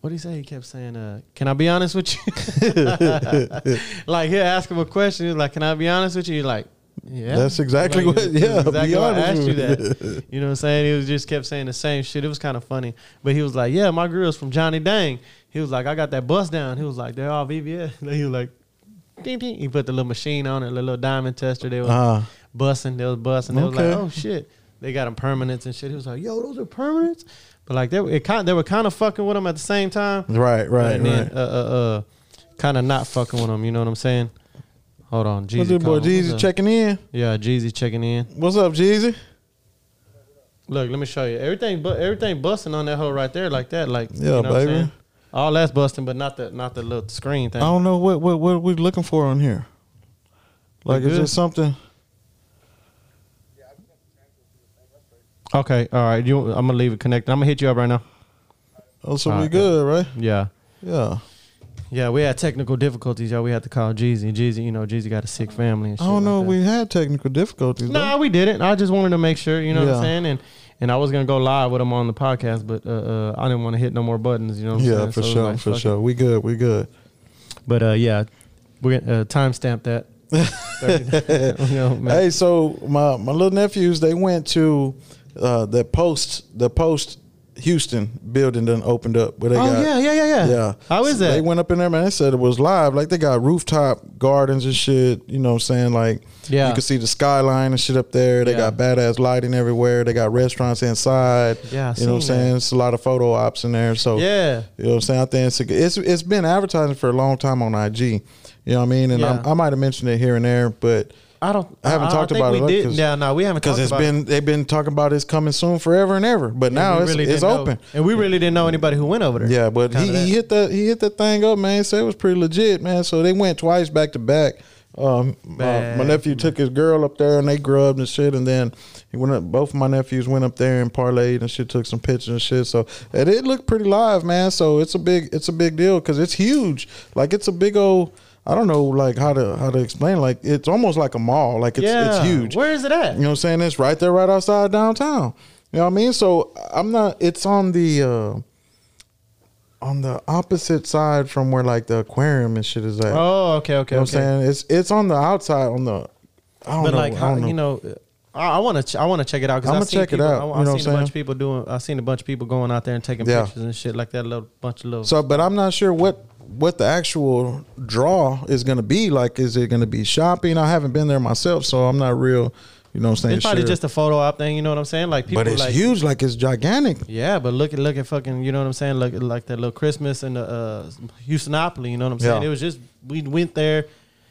C: What did he say? He kept saying, uh, "Can I be honest with you?" like he'll ask him a question. He's like, "Can I be honest with you?" You're like, "Yeah."
B: That's exactly
C: Like,
B: what-
C: that's
B: yeah, be
C: exactly why I
B: honest
C: asked you
B: with
C: that. You know what I'm saying? He was just kept saying the same shit. It was kind of funny, but he was like, "Yeah, my girl's from Johnny Dang." He was like, "I got that bus down." He was like, "They're all VBS." He was like. Ding, ding. He put the little machine on it, the little diamond tester. They was
B: Uh-huh.
C: busting, they was busting. They was
B: Okay.
C: like, "Oh shit!" They got them permanents and shit. He was like, "Yo, those are permanents," but like they were, it kind, they were kind of fucking with him at the same time,
B: right, right,
C: and then
B: right.
C: uh, uh, uh, kind of not fucking with him. You know what I'm saying? Hold on, Jeezy.
B: What's up, boy?
C: calling. What's
B: Jeezy
C: up?
B: checking in.
C: Yeah, Jeezy checking in.
B: What's up, Jeezy?
C: Look, let me show you everything. But everything busting on that hole right there, like that, like you
B: Yeah,
C: know what I'm
B: baby.
C: saying? All that's busting, but not the not the little screen thing.
B: I don't know what what what we're looking for on here. Like,
C: We
B: is
C: good?
B: there something?
C: Okay, all right. You, I'm gonna leave it connected. I'm gonna hit you up right now.
B: Oh, so
C: All
B: we
C: right,
B: good, right?
C: Yeah.
B: Yeah.
C: Yeah, we had technical difficulties, y'all. We had to call Jeezy. Jeezy, you know, Jeezy got a sick family. And
B: I
C: shit
B: don't know.
C: Like
B: if We had technical difficulties.
C: that.
B: though.
C: nah, we didn't. I just wanted to make sure, you know what
B: Yeah.
C: I'm saying, and and I was gonna go live with him on the podcast, but uh, uh I didn't want to hit no more buttons. You know what I'm
B: yeah,
C: saying?
B: for
C: So it was
B: sure,
C: like,
B: for
C: fuck it.
B: sure. We good, we good.
C: But uh, yeah, we're gonna uh, timestamp that. 30 You know, man.
B: Hey, so my my little nephews they went to uh, the post the post Houston building done opened up where they
C: oh
B: got
C: yeah, yeah, yeah, yeah.
B: yeah.
C: How is
B: So
C: that?
B: They went up in there, man. They said it was live. Like they got rooftop gardens and shit. You know what I'm saying? Like
C: Yeah.
B: you can see the skyline and shit up there. They
C: Yeah.
B: got badass lighting everywhere. They got restaurants inside.
C: Yeah, I
B: you know what I'm
C: seen
B: saying?
C: that.
B: It's a lot of photo ops in there. So
C: yeah.
B: You know what I'm saying? I think it's, a, good- it's it's been advertising for a long time on IG. You know what I mean? And
C: Yeah.
B: I'm- i might have mentioned it here and there, but
C: I don't.
B: I haven't
C: I,
B: talked
C: I think
B: about
C: we
B: it, look,
C: did-
B: 'cause-
C: Yeah, no, we haven't
B: because
C: talked
B: it's
C: about it.
B: been they've been talking about it's coming soon forever and ever, but
C: And
B: now
C: we
B: it's
C: really
B: it's
C: didn't know-
B: open.
C: and we really didn't know anybody who went over there.
B: Yeah, but
C: Kinda
B: he,
C: that.
B: he hit that he hit that thing up, man. So it was pretty legit, man. So they went twice back to back. Um, my, my
C: Back.
B: nephew took his girl up there and they grubbed and shit, and then he went up. Both of my nephews went up there and parlayed and shit, took some pictures and shit. So it, it looked pretty live, man. So it's a big it's a big deal because it's huge. Like it's a big old. I don't know like how to how to explain. Like it's almost like a mall. Like it's
C: yeah.
B: it's huge.
C: Where is it at?
B: You know what I'm saying? It's right there, right outside downtown. You know what I mean? So I'm not. It's on the uh on the opposite side from where like the aquarium and shit is at.
C: Oh, okay,
B: you
C: okay.
B: know what I'm
C: okay.
B: saying? It's it's on the outside on the. I don't
C: but
B: know.
C: like,
B: I
C: how,
B: don't know.
C: you know, I want to ch- I want to check it out because
B: I'ma
C: I seen
B: check it
C: people-
B: out,
C: I,
B: you
C: I
B: know what I'm
C: seen a bunch
B: saying?
C: of people doing. I seen a bunch of people going out there and taking
B: Yeah.
C: pictures and shit like that. Little bunch of little.
B: So, but I'm not sure what what the actual draw is going to be. Like, is it going to be shopping? I haven't been there myself, so I'm not real. You know what I'm saying?
C: it's probably
B: sure.
C: just a photo op thing. You know what I'm saying? Like people
B: but it's
C: like.
B: huge. Like it's gigantic.
C: Yeah, but look at look at fucking you know what I'm saying. Look at like that little Christmas in the uh, Houstonopoly. You know what I'm saying.
B: Yeah.
C: It was just we went there.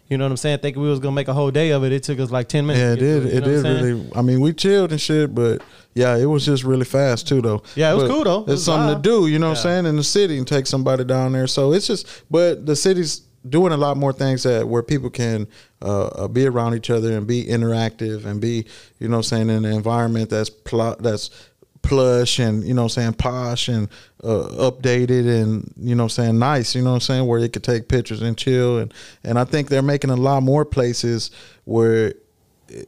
C: You know what I'm saying. Thinking we was gonna make a whole day of it. It took us like ten minutes.
B: Yeah, it
C: to
B: did.
C: get through, you
B: It
C: know what I'm
B: did
C: saying?
B: really. I mean, we chilled and shit, but yeah, it was just really fast too, though.
C: Yeah, it was
B: But
C: cool, though.
B: It's
C: It was
B: something
C: live.
B: to do, you know what
C: Yeah.
B: I'm saying, in the city and take somebody down there. So it's just, but the city's doing a lot more things that where people can uh, uh, be around each other and be interactive and be, you know, what I'm saying in an environment that's pl- that's plush and you know what I'm saying posh and uh, updated and you know what I'm saying nice you know what I'm saying where they could take pictures and chill and and I think they're making a lot more places where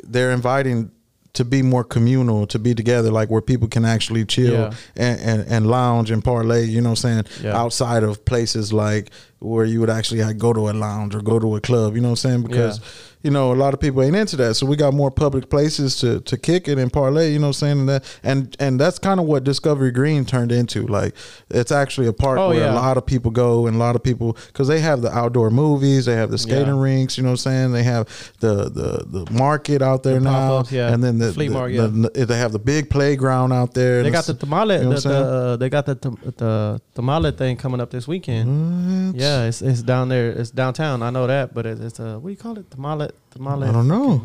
B: they're inviting to be more communal, to be together, like where people can actually chill
C: Yeah.
B: and, and, and lounge and parlay, you know what I'm saying?
C: Yeah.
B: Outside of places like where you would actually like, go to a lounge or go to a club, you know what I'm saying? Because,
C: Yeah.
B: you know, a lot of people ain't into that. So we got more public places to, to kick it and parlay, you know what I'm saying? And, that, and, and that's kind of what Discovery Green turned into. Like, it's actually a park
C: Oh,
B: where a
C: yeah.
B: lot of people go and a lot of people, because they have the outdoor movies, they have the skating
C: Yeah.
B: rinks, you know what I'm saying? They have the, the, the market out there now.
C: pop-ups, yeah.
B: And then the
C: Flea
B: the-
C: market,
B: the- they have the big playground out there.
C: They
B: and
C: got the
B: it's-
C: tamale.
B: you know
C: the,
B: what I'm
C: the, uh, they got the, tam- the tamale thing coming up this
B: Mm-hmm.
C: weekend. uh, Yeah, it's it's down there. It's downtown. I know that, but it's, it's uh, what do you call it? Tamale, tamale, Uh,
B: I don't know.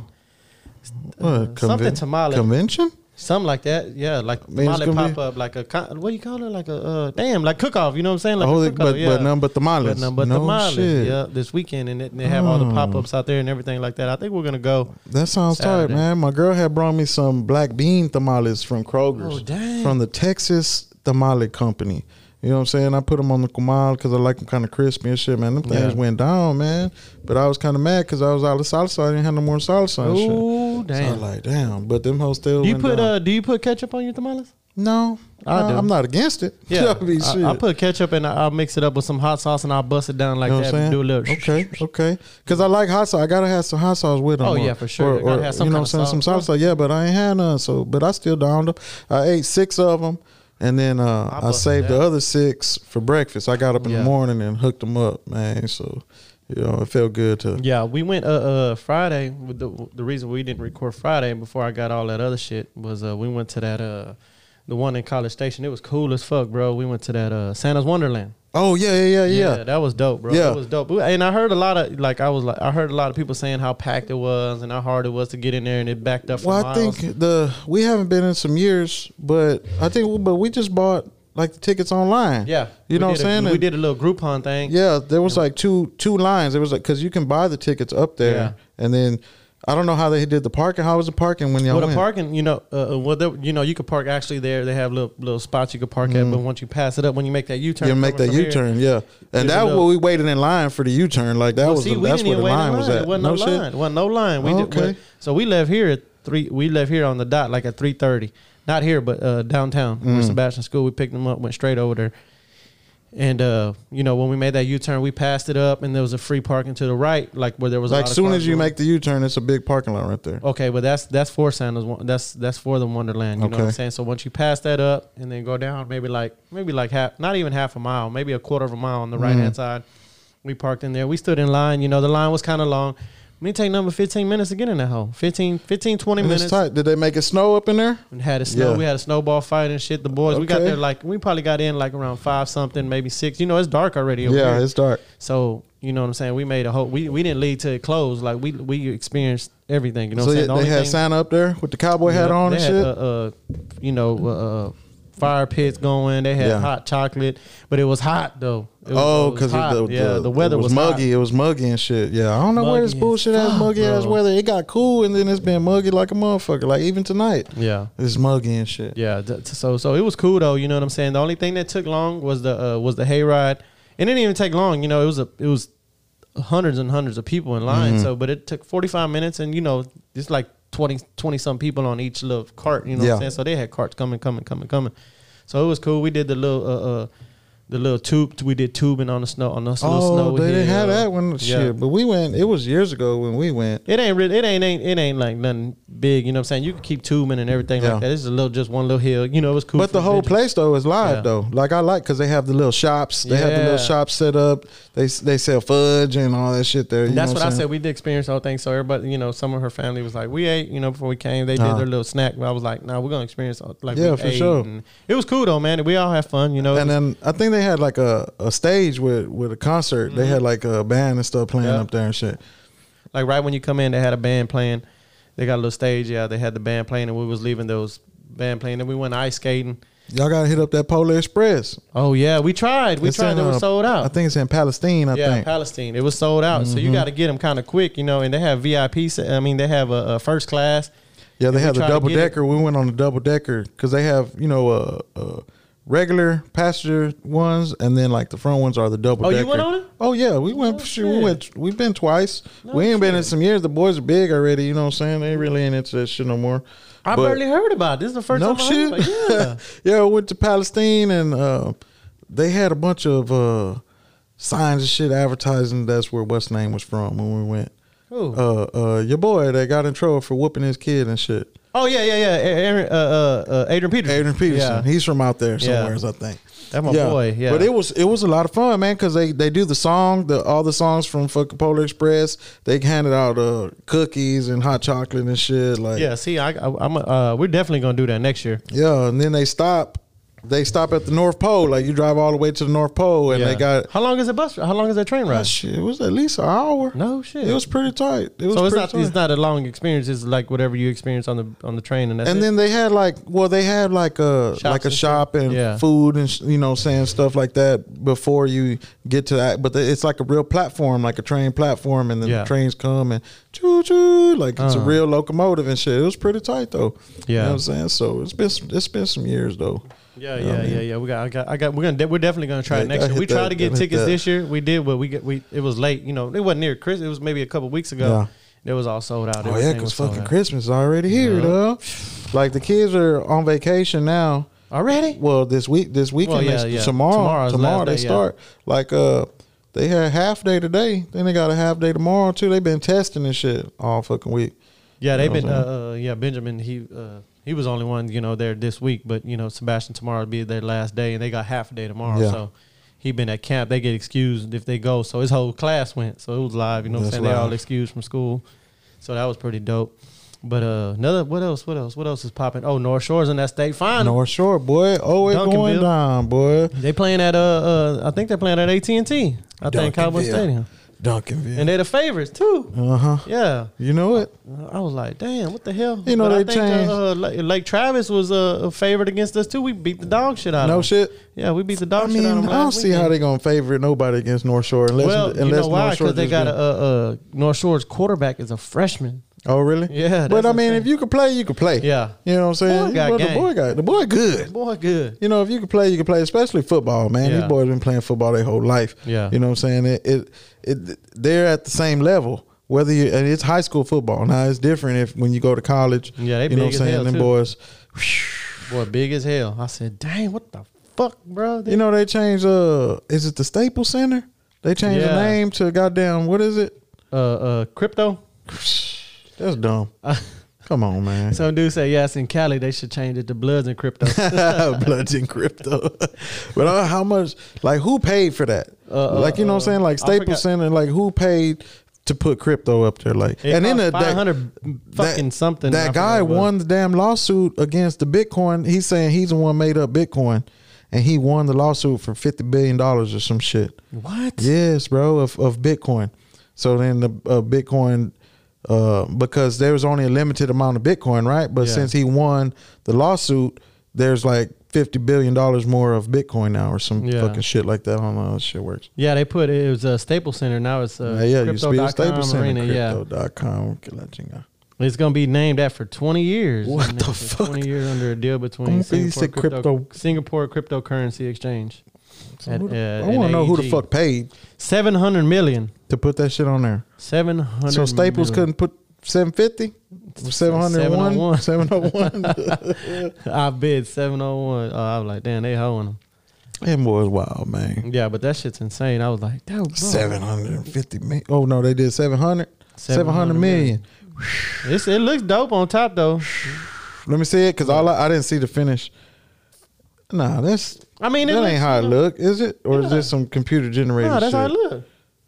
B: What,
C: something
B: conven-
C: tamale,
B: convention?
C: something like that. Yeah, like
B: mean, it's
C: tamale
B: gonna
C: pop
B: be-
C: up, like a con- what do you call it? Like a uh, damn, like cook off. You know what I'm saying? Like
B: oh,
C: a
B: they-
C: cook-off,
B: but but none but tamales.
C: But none but
B: no
C: tamales.
B: shit. Oh.
C: Yeah, this weekend, and it, they have all the pop ups out there and everything like that. I think we're gonna go.
B: That sounds
C: Saturday.
B: tight, man. My girl had brought me some black bean tamales from Kroger's.
C: Oh, dang.
B: From the Texas Tamale Company. You know what I'm saying? I put them on the comal because I like them kind of crispy and shit, man. Them things
C: Yeah.
B: went down, man. But I was kind of mad because I was out of salsa. I didn't have no more salsa and shit.
C: Oh
B: So I
C: damn!
B: was like, damn. But them hoes still
C: do you
B: went
C: put
B: down.
C: uh, do you put ketchup on your tamales?
B: No,
C: I
B: I
C: do.
B: am not against it.
C: Yeah,
B: I mean,
C: I-
B: shit.
C: I, put ketchup and I- I'll mix it up with some hot sauce and I'll bust it down like
B: You know
C: that.
B: what I'm
C: and Do a little.
B: okay, okay. Because I like hot sauce. I gotta have some hot sauce with them.
C: Oh, yeah, for sure.
B: Or,
C: Gotta
B: or,
C: have some
B: you know
C: kind
B: what I'm
C: of
B: saying? Some
C: sauce.
B: salsa. Yeah, but I ain't had none. So, but I still downed them. I ate six of them, and then uh, I,
C: busted
B: saved the
C: that.
B: other six for breakfast. I got up in
C: Yeah.
B: the morning and hooked them up, man. So, you know, it felt good to.
C: Yeah, we went uh, uh Friday. With the the reason we didn't record Friday before I got all that other shit was uh we went to that uh the one in College Station. It was cool as fuck, bro. We went to that uh Santa's Wonderland.
B: Oh yeah, yeah, yeah, yeah.
C: that was dope, bro.
B: Yeah.
C: That was dope. And I heard a lot of like I was like I heard a lot of people saying how packed it was and how hard it was to get in there and it backed up. For
B: Well, I
C: miles.
B: think the we haven't been in some years, but I think but we just bought like the tickets online.
C: yeah,
B: you know what I'm
C: we did a-
B: saying.
C: We
B: And-
C: did a little Groupon thing.
B: Yeah, there was like two two lines. It was like because you can buy the tickets up there,
C: Yeah.
B: and then I don't know how they did the parking. How was the parking when y'all
C: Well, the
B: went?
C: parking, you know, uh, uh, well, there, you know, you could park actually there. They have little little spots you could park at, but once you pass it up, when you make that U turn,
B: Mm-hmm. You make that U turn, yeah,
C: There's
B: and that
C: a
B: what
C: little-
B: we waited in line for the U turn. Like that
C: Well,
B: was
C: see,
B: the,
C: we
B: that's
C: didn't
B: where the
C: even wait
B: line
C: in line.
B: was at.
C: It wasn't no,
B: no
C: line.
B: shit.
C: It wasn't no line. We
B: Oh,
C: did,
B: okay.
C: so we left here at three. We left here on the dot like at three thirty. Not here, but uh, downtown
B: Mm.
C: where Sebastian School. We picked them up, went straight over there. And uh, you know, when we made that U turn, we passed it up, and there was a free parking to the right, like where there was a
B: Like
C: lot of
B: soon
C: cars
B: as you
C: going. Oh,
B: make the U turn, it's a big parking lot right there.
C: Okay, but that's that's for Santa's. Won- That's that's for the Wonderland. You know what I'm
B: Okay.
C: saying? So once you pass that up and then go down, maybe like maybe like half, not even half a mile, maybe a quarter of a mile on the right
B: Mm-hmm.
C: hand side. We parked in there. We stood in line. You know, the line was kind of long. Me take number 15 minutes to get in that hole. 15, 15 20
B: And it's
C: minutes.
B: tight. Did they make it snow up in there?
C: We had a snow.
B: Yeah.
C: We had a snowball fight and shit. The boys. We got
B: Okay.
C: there like we probably got in like around five something, maybe six. You know, it's dark already. Over
B: Yeah,
C: here.
B: it's dark.
C: So You know what I'm saying? We made a whole. We, we didn't lead to it closed. Like we we experienced everything. You know
B: so
C: what I'm
B: yeah,
C: saying? The
B: they
C: only
B: had
C: thing-
B: Santa up there with the cowboy hat
C: yeah,
B: on
C: they
B: and
C: had,
B: shit.
C: Uh, uh, you know, uh, uh, fire pits going. They had
B: Yeah.
C: hot chocolate, but it was hot though. It was,
B: Oh,
C: it was
B: because
C: hot.
B: the,
C: yeah, the, weather
B: it
C: was,
B: was, muggy. It
C: Hot.
B: was muggy and shit. Yeah, I don't know where
C: Muggy
B: this
C: as
B: bullshit ass
C: fuck,
B: muggy ass
C: bro.
B: weather. It got cool and then it's been muggy like a motherfucker. Like even tonight,
C: Yeah.
B: it's muggy and shit.
C: Yeah, th- so so it was cool though. You know what I'm saying. The only thing that took long was the uh, was the hayride. It didn't even take long. You know, it was a it was hundreds and hundreds of people in line.
B: Mm-hmm.
C: So, but it took 45 minutes, and you know, it's like 20 20 some people on each little cart. You know what
B: Yeah.
C: I'm saying. So they had carts coming, coming, coming, coming. So it was cool. We did the little uh, uh the little tube. We did tubing on the snow on the little snow.
B: Oh, they didn't
C: hill.
B: have that one.
C: Yeah.
B: Shit, but we went. It was years ago when we went.
C: It ain't really, it ain't, ain't it ain't like nothing big, you know what I'm saying? You can keep tubing and everything
B: Yeah.
C: like that. It's a little just one little hill. You know, it was cool.
B: But
C: for
B: the whole
C: visual.
B: place though is live
C: Yeah.
B: though. Like I like because they have the little shops. They have the
C: Yeah.
B: little shops set up. They they sell fudge and all that shit there. you
C: That's
B: know
C: what,
B: I'm
C: I
B: saying?
C: said. We did experience the whole thing. So everybody, you know, some of her family was like, "We ate," you know, before we came. They did
B: Uh-huh.
C: their little snack. But I was like, "No, we're gonna experience all- like
B: Yeah,
C: we
B: for
C: ate."
B: sure.
C: And it was cool though, man. and We all had fun, you know.
B: And uh, then I think they had like a, a stage with with a concert. They had like a band and stuff playing
C: Mm-hmm. Yeah.
B: up there and shit.
C: like right when you come in, they had a band playing. They got a little stage. Yeah, they had the band playing, and we was leaving those band playing. Then we went ice skating.
B: Y'all gotta hit up that Polar Express.
C: Oh yeah, we tried. We
B: It's
C: tried.
B: in,
C: They were
B: uh,
C: sold out.
B: I think it's in Palestine. I
C: yeah,
B: think. Mm-hmm.
C: Palestine. It was sold out, so you got to get them kind of quick, you know. And they have VIP. se- I mean, they have a, a first class.
B: yeah, they
C: And we
B: have the
C: tried to
B: double
C: get it.
B: decker. We went on the double decker because they have you know uh, uh, regular passenger ones, and then like the front ones are the double.
C: Oh, you
B: decker.
C: went on it?
B: Oh yeah, we went.
C: No
B: shoot, we
C: shit.
B: went. We've been twice. we ain't been in some years. The boys are big already. You know what I'm saying? They really ain't into that shit no more.
C: I
B: But-
C: barely heard about. it. This is the first
B: no
C: time. I
B: shit.
C: heard about it. Yeah.
B: yeah, I went to Palestine and uh, they had a bunch of uh, signs and shit advertising. That's where what's name was from when we went.
C: Who?
B: Uh, uh, your boy that got in trouble for whooping his kid and shit.
C: Oh yeah, yeah, yeah. A- Aaron, uh, uh, uh, Adrian Peterson.
B: Adrian Peterson.
C: Yeah.
B: He's from out there
C: Yeah.
B: somewhere, I think.
C: That's my boy. Yeah.
B: But it was it was a lot of fun, man, because they, they do the song, the all the songs from fucking Polar Express. They handed out uh, cookies and hot chocolate and shit. Like
C: yeah. See, I, I, I'm. Uh, we're definitely gonna do that next year.
B: yeah, and then they stop. They stop at the North Pole. Like you drive all the way to the North Pole and
C: yeah.
B: they got
C: How long is the bus? How long is that train ride?
B: shit, it was at least an hour.
C: No shit.
B: It was pretty tight. It was
C: so it's
B: pretty
C: not.
B: tight.
C: It's not a long experience. It's like whatever you experience on the on the train, and that's
B: and
C: it.
B: then they had like well they had like a
C: Shops
B: like a
C: and
B: shop
C: shit.
B: and
C: Yeah.
B: food and sh- you know saying stuff like that before you get to that but the- it's like a real platform like a train platform and then
C: Yeah.
B: the trains come and choo choo like it's a
C: Uh.
B: real locomotive and shit it was pretty tight though you know
C: Yeah.
B: what I'm saying so it's been some, it's been some years though
C: Yeah,
B: You know what
C: yeah,
B: I mean?
C: yeah, yeah. We got, I got, I got. We're gonna, de- we're definitely gonna try
B: Yeah,
C: it next
B: gotta
C: year. We
B: hit that-
C: tried to get
B: gotta hit
C: tickets
B: that.
C: this year. We did, but we get, we it was late. You know, it wasn't near Christmas. It was maybe a couple weeks ago. It was all sold out.
B: oh yeah
C: Everything
B: because
C: was sold
B: fucking
C: out.
B: Christmas is already here
C: Yeah.
B: though like the kids are on vacation now
C: already.
B: well this week this weekend
C: Well, yeah,
B: they,
C: yeah.
B: tomorrow tomorrow,
C: Tomorrow's last
B: they
C: day, yeah.
B: start like uh they had half day today then they got a half day tomorrow too they've been testing and shit all fucking week
C: Yeah, they've
B: You know
C: been.
B: what I'm
C: Uh, uh, yeah, Benjamin. He uh, he was the only one you know there this week, but you know Sebastian tomorrow will be their last day, and they got half a day tomorrow.
B: Yeah.
C: So he been at camp. They get excused if they go. So his whole class went. So it was live. You know, what I'm
B: That's
C: saying they all
B: live.
C: excused from school. So that was pretty dope. But uh, another what else? What else? What else is popping? Oh, North Shore's in that state final.
B: north shore boy oh it going
C: Duncanville.
B: down boy
C: They playing at uh, uh I think they're playing at AT and T. I think Cowboy
B: Duncanville.
C: Stadium,
B: duncanville
C: and they're the favorites too.
B: uh-huh
C: Yeah,
B: you know it
C: Uh, I was like, damn, what the hell?
B: You know,
C: But I
B: they
C: think,
B: changed-
C: Uh, uh, Lake, Lake Travis was uh, a favorite against us too. We beat the dog shit out. of
B: no
C: them.
B: shit
C: Yeah, we beat the
B: i
C: dog
B: mean
C: shit out
B: i
C: of them.
B: don't
C: last
B: see how
C: weekend.
B: they gonna favor nobody against north shore unless
C: Well,
B: unless
C: you know why?
B: north shore
C: Because they
B: just
C: got
B: been-
C: a uh, uh, North Shore's quarterback is a freshman.
B: oh really
C: Yeah,
B: but
C: that's
B: i mean
C: the
B: if
C: thing.
B: you could play you could play
C: Yeah.
B: you know what i'm saying
C: Boy
B: You
C: got
B: know, the
C: game.
B: boy got the boy good
C: Boy, good.
B: You know, if you can play, you can play, especially football, man.
C: Yeah.
B: These boys been playing football their whole life.
C: Yeah.
B: You know what I'm saying? It, it, it they're at the same level. Whether you and it's high school football. Now it's different if when you go to college.
C: Yeah, they
B: you know what I'm
C: big as
B: saying?
C: hell,
B: Them
C: too.
B: boys
C: Boy, big as hell. I said, dang, what the fuck, bro?
B: you know they changed uh is it the Staples Center? They changed the
C: Yeah.
B: name to goddamn what is it?
C: uh, uh, crypto.
B: That's dumb. Come on, man.
C: Some dude said, yes, in Cali they should change it to Bloods and Crypto.
B: Bloods and crypto. but uh, how much? Like who paid for that?
C: Uh, uh,
B: like you know what I'm saying? Like
C: I forgot.
B: Staples Center. Like who paid to put crypto up there? Like
C: It and then
B: the
C: five hundred fucking something. I
B: That
C: forgot
B: guy
C: what it was.
B: won the damn lawsuit against the Bitcoin. He's saying he's the one made up Bitcoin. and he won the lawsuit for fifty billion dollars or some shit.
C: What?
B: Yes, bro, of, of Bitcoin. So then the uh, Bitcoin, uh, because there was only a limited amount of Bitcoin, right? But
C: Yeah.
B: since he won the lawsuit, there's like fifty billion dollars more of Bitcoin now, or some
C: Yeah.
B: fucking shit like that. I don't know how that shit works.
C: Yeah, they put it. It was a Staples Center. Now it's uh,
B: yeah, yeah, you speak
C: Crypto.com
B: Staples Center,
C: Arena. Yeah,
B: Crypto.com. Que la chinga.
C: it's gonna be named after 20 years.
B: What
C: And
B: the
C: it's a
B: fuck?
C: 20 years under a deal
B: I'm
C: between
B: gonna say you
C: Singapore,
B: said
C: crypto,
B: crypto.
C: Singapore cryptocurrency exchange.
B: So
C: At,
B: who the-
C: uh,
B: I want to
C: at
B: know who the
C: AEG.
B: fuck paid
C: 700 million.
B: to put that shit on there.
C: 700
B: So Staples
C: million.
B: couldn't
C: oh
B: put 750, 701, 701.
C: I bid 701. Oh, I was like, damn, they hoeing them.
B: Them boys wild, man.
C: Yeah, but that shit's insane. I was like, that was
B: Seven hundred and fifty million. Oh no, they did 700. 700 million.
C: It's, it looks dope on top though.
B: Let me see it because all I, I didn't see the finish. Nah, that's
C: I mean, it
B: that
C: looks,
B: ain't how it look, is it? Or is
C: Yeah.
B: this some computer generated?
C: No, that's
B: shit?
C: how it look.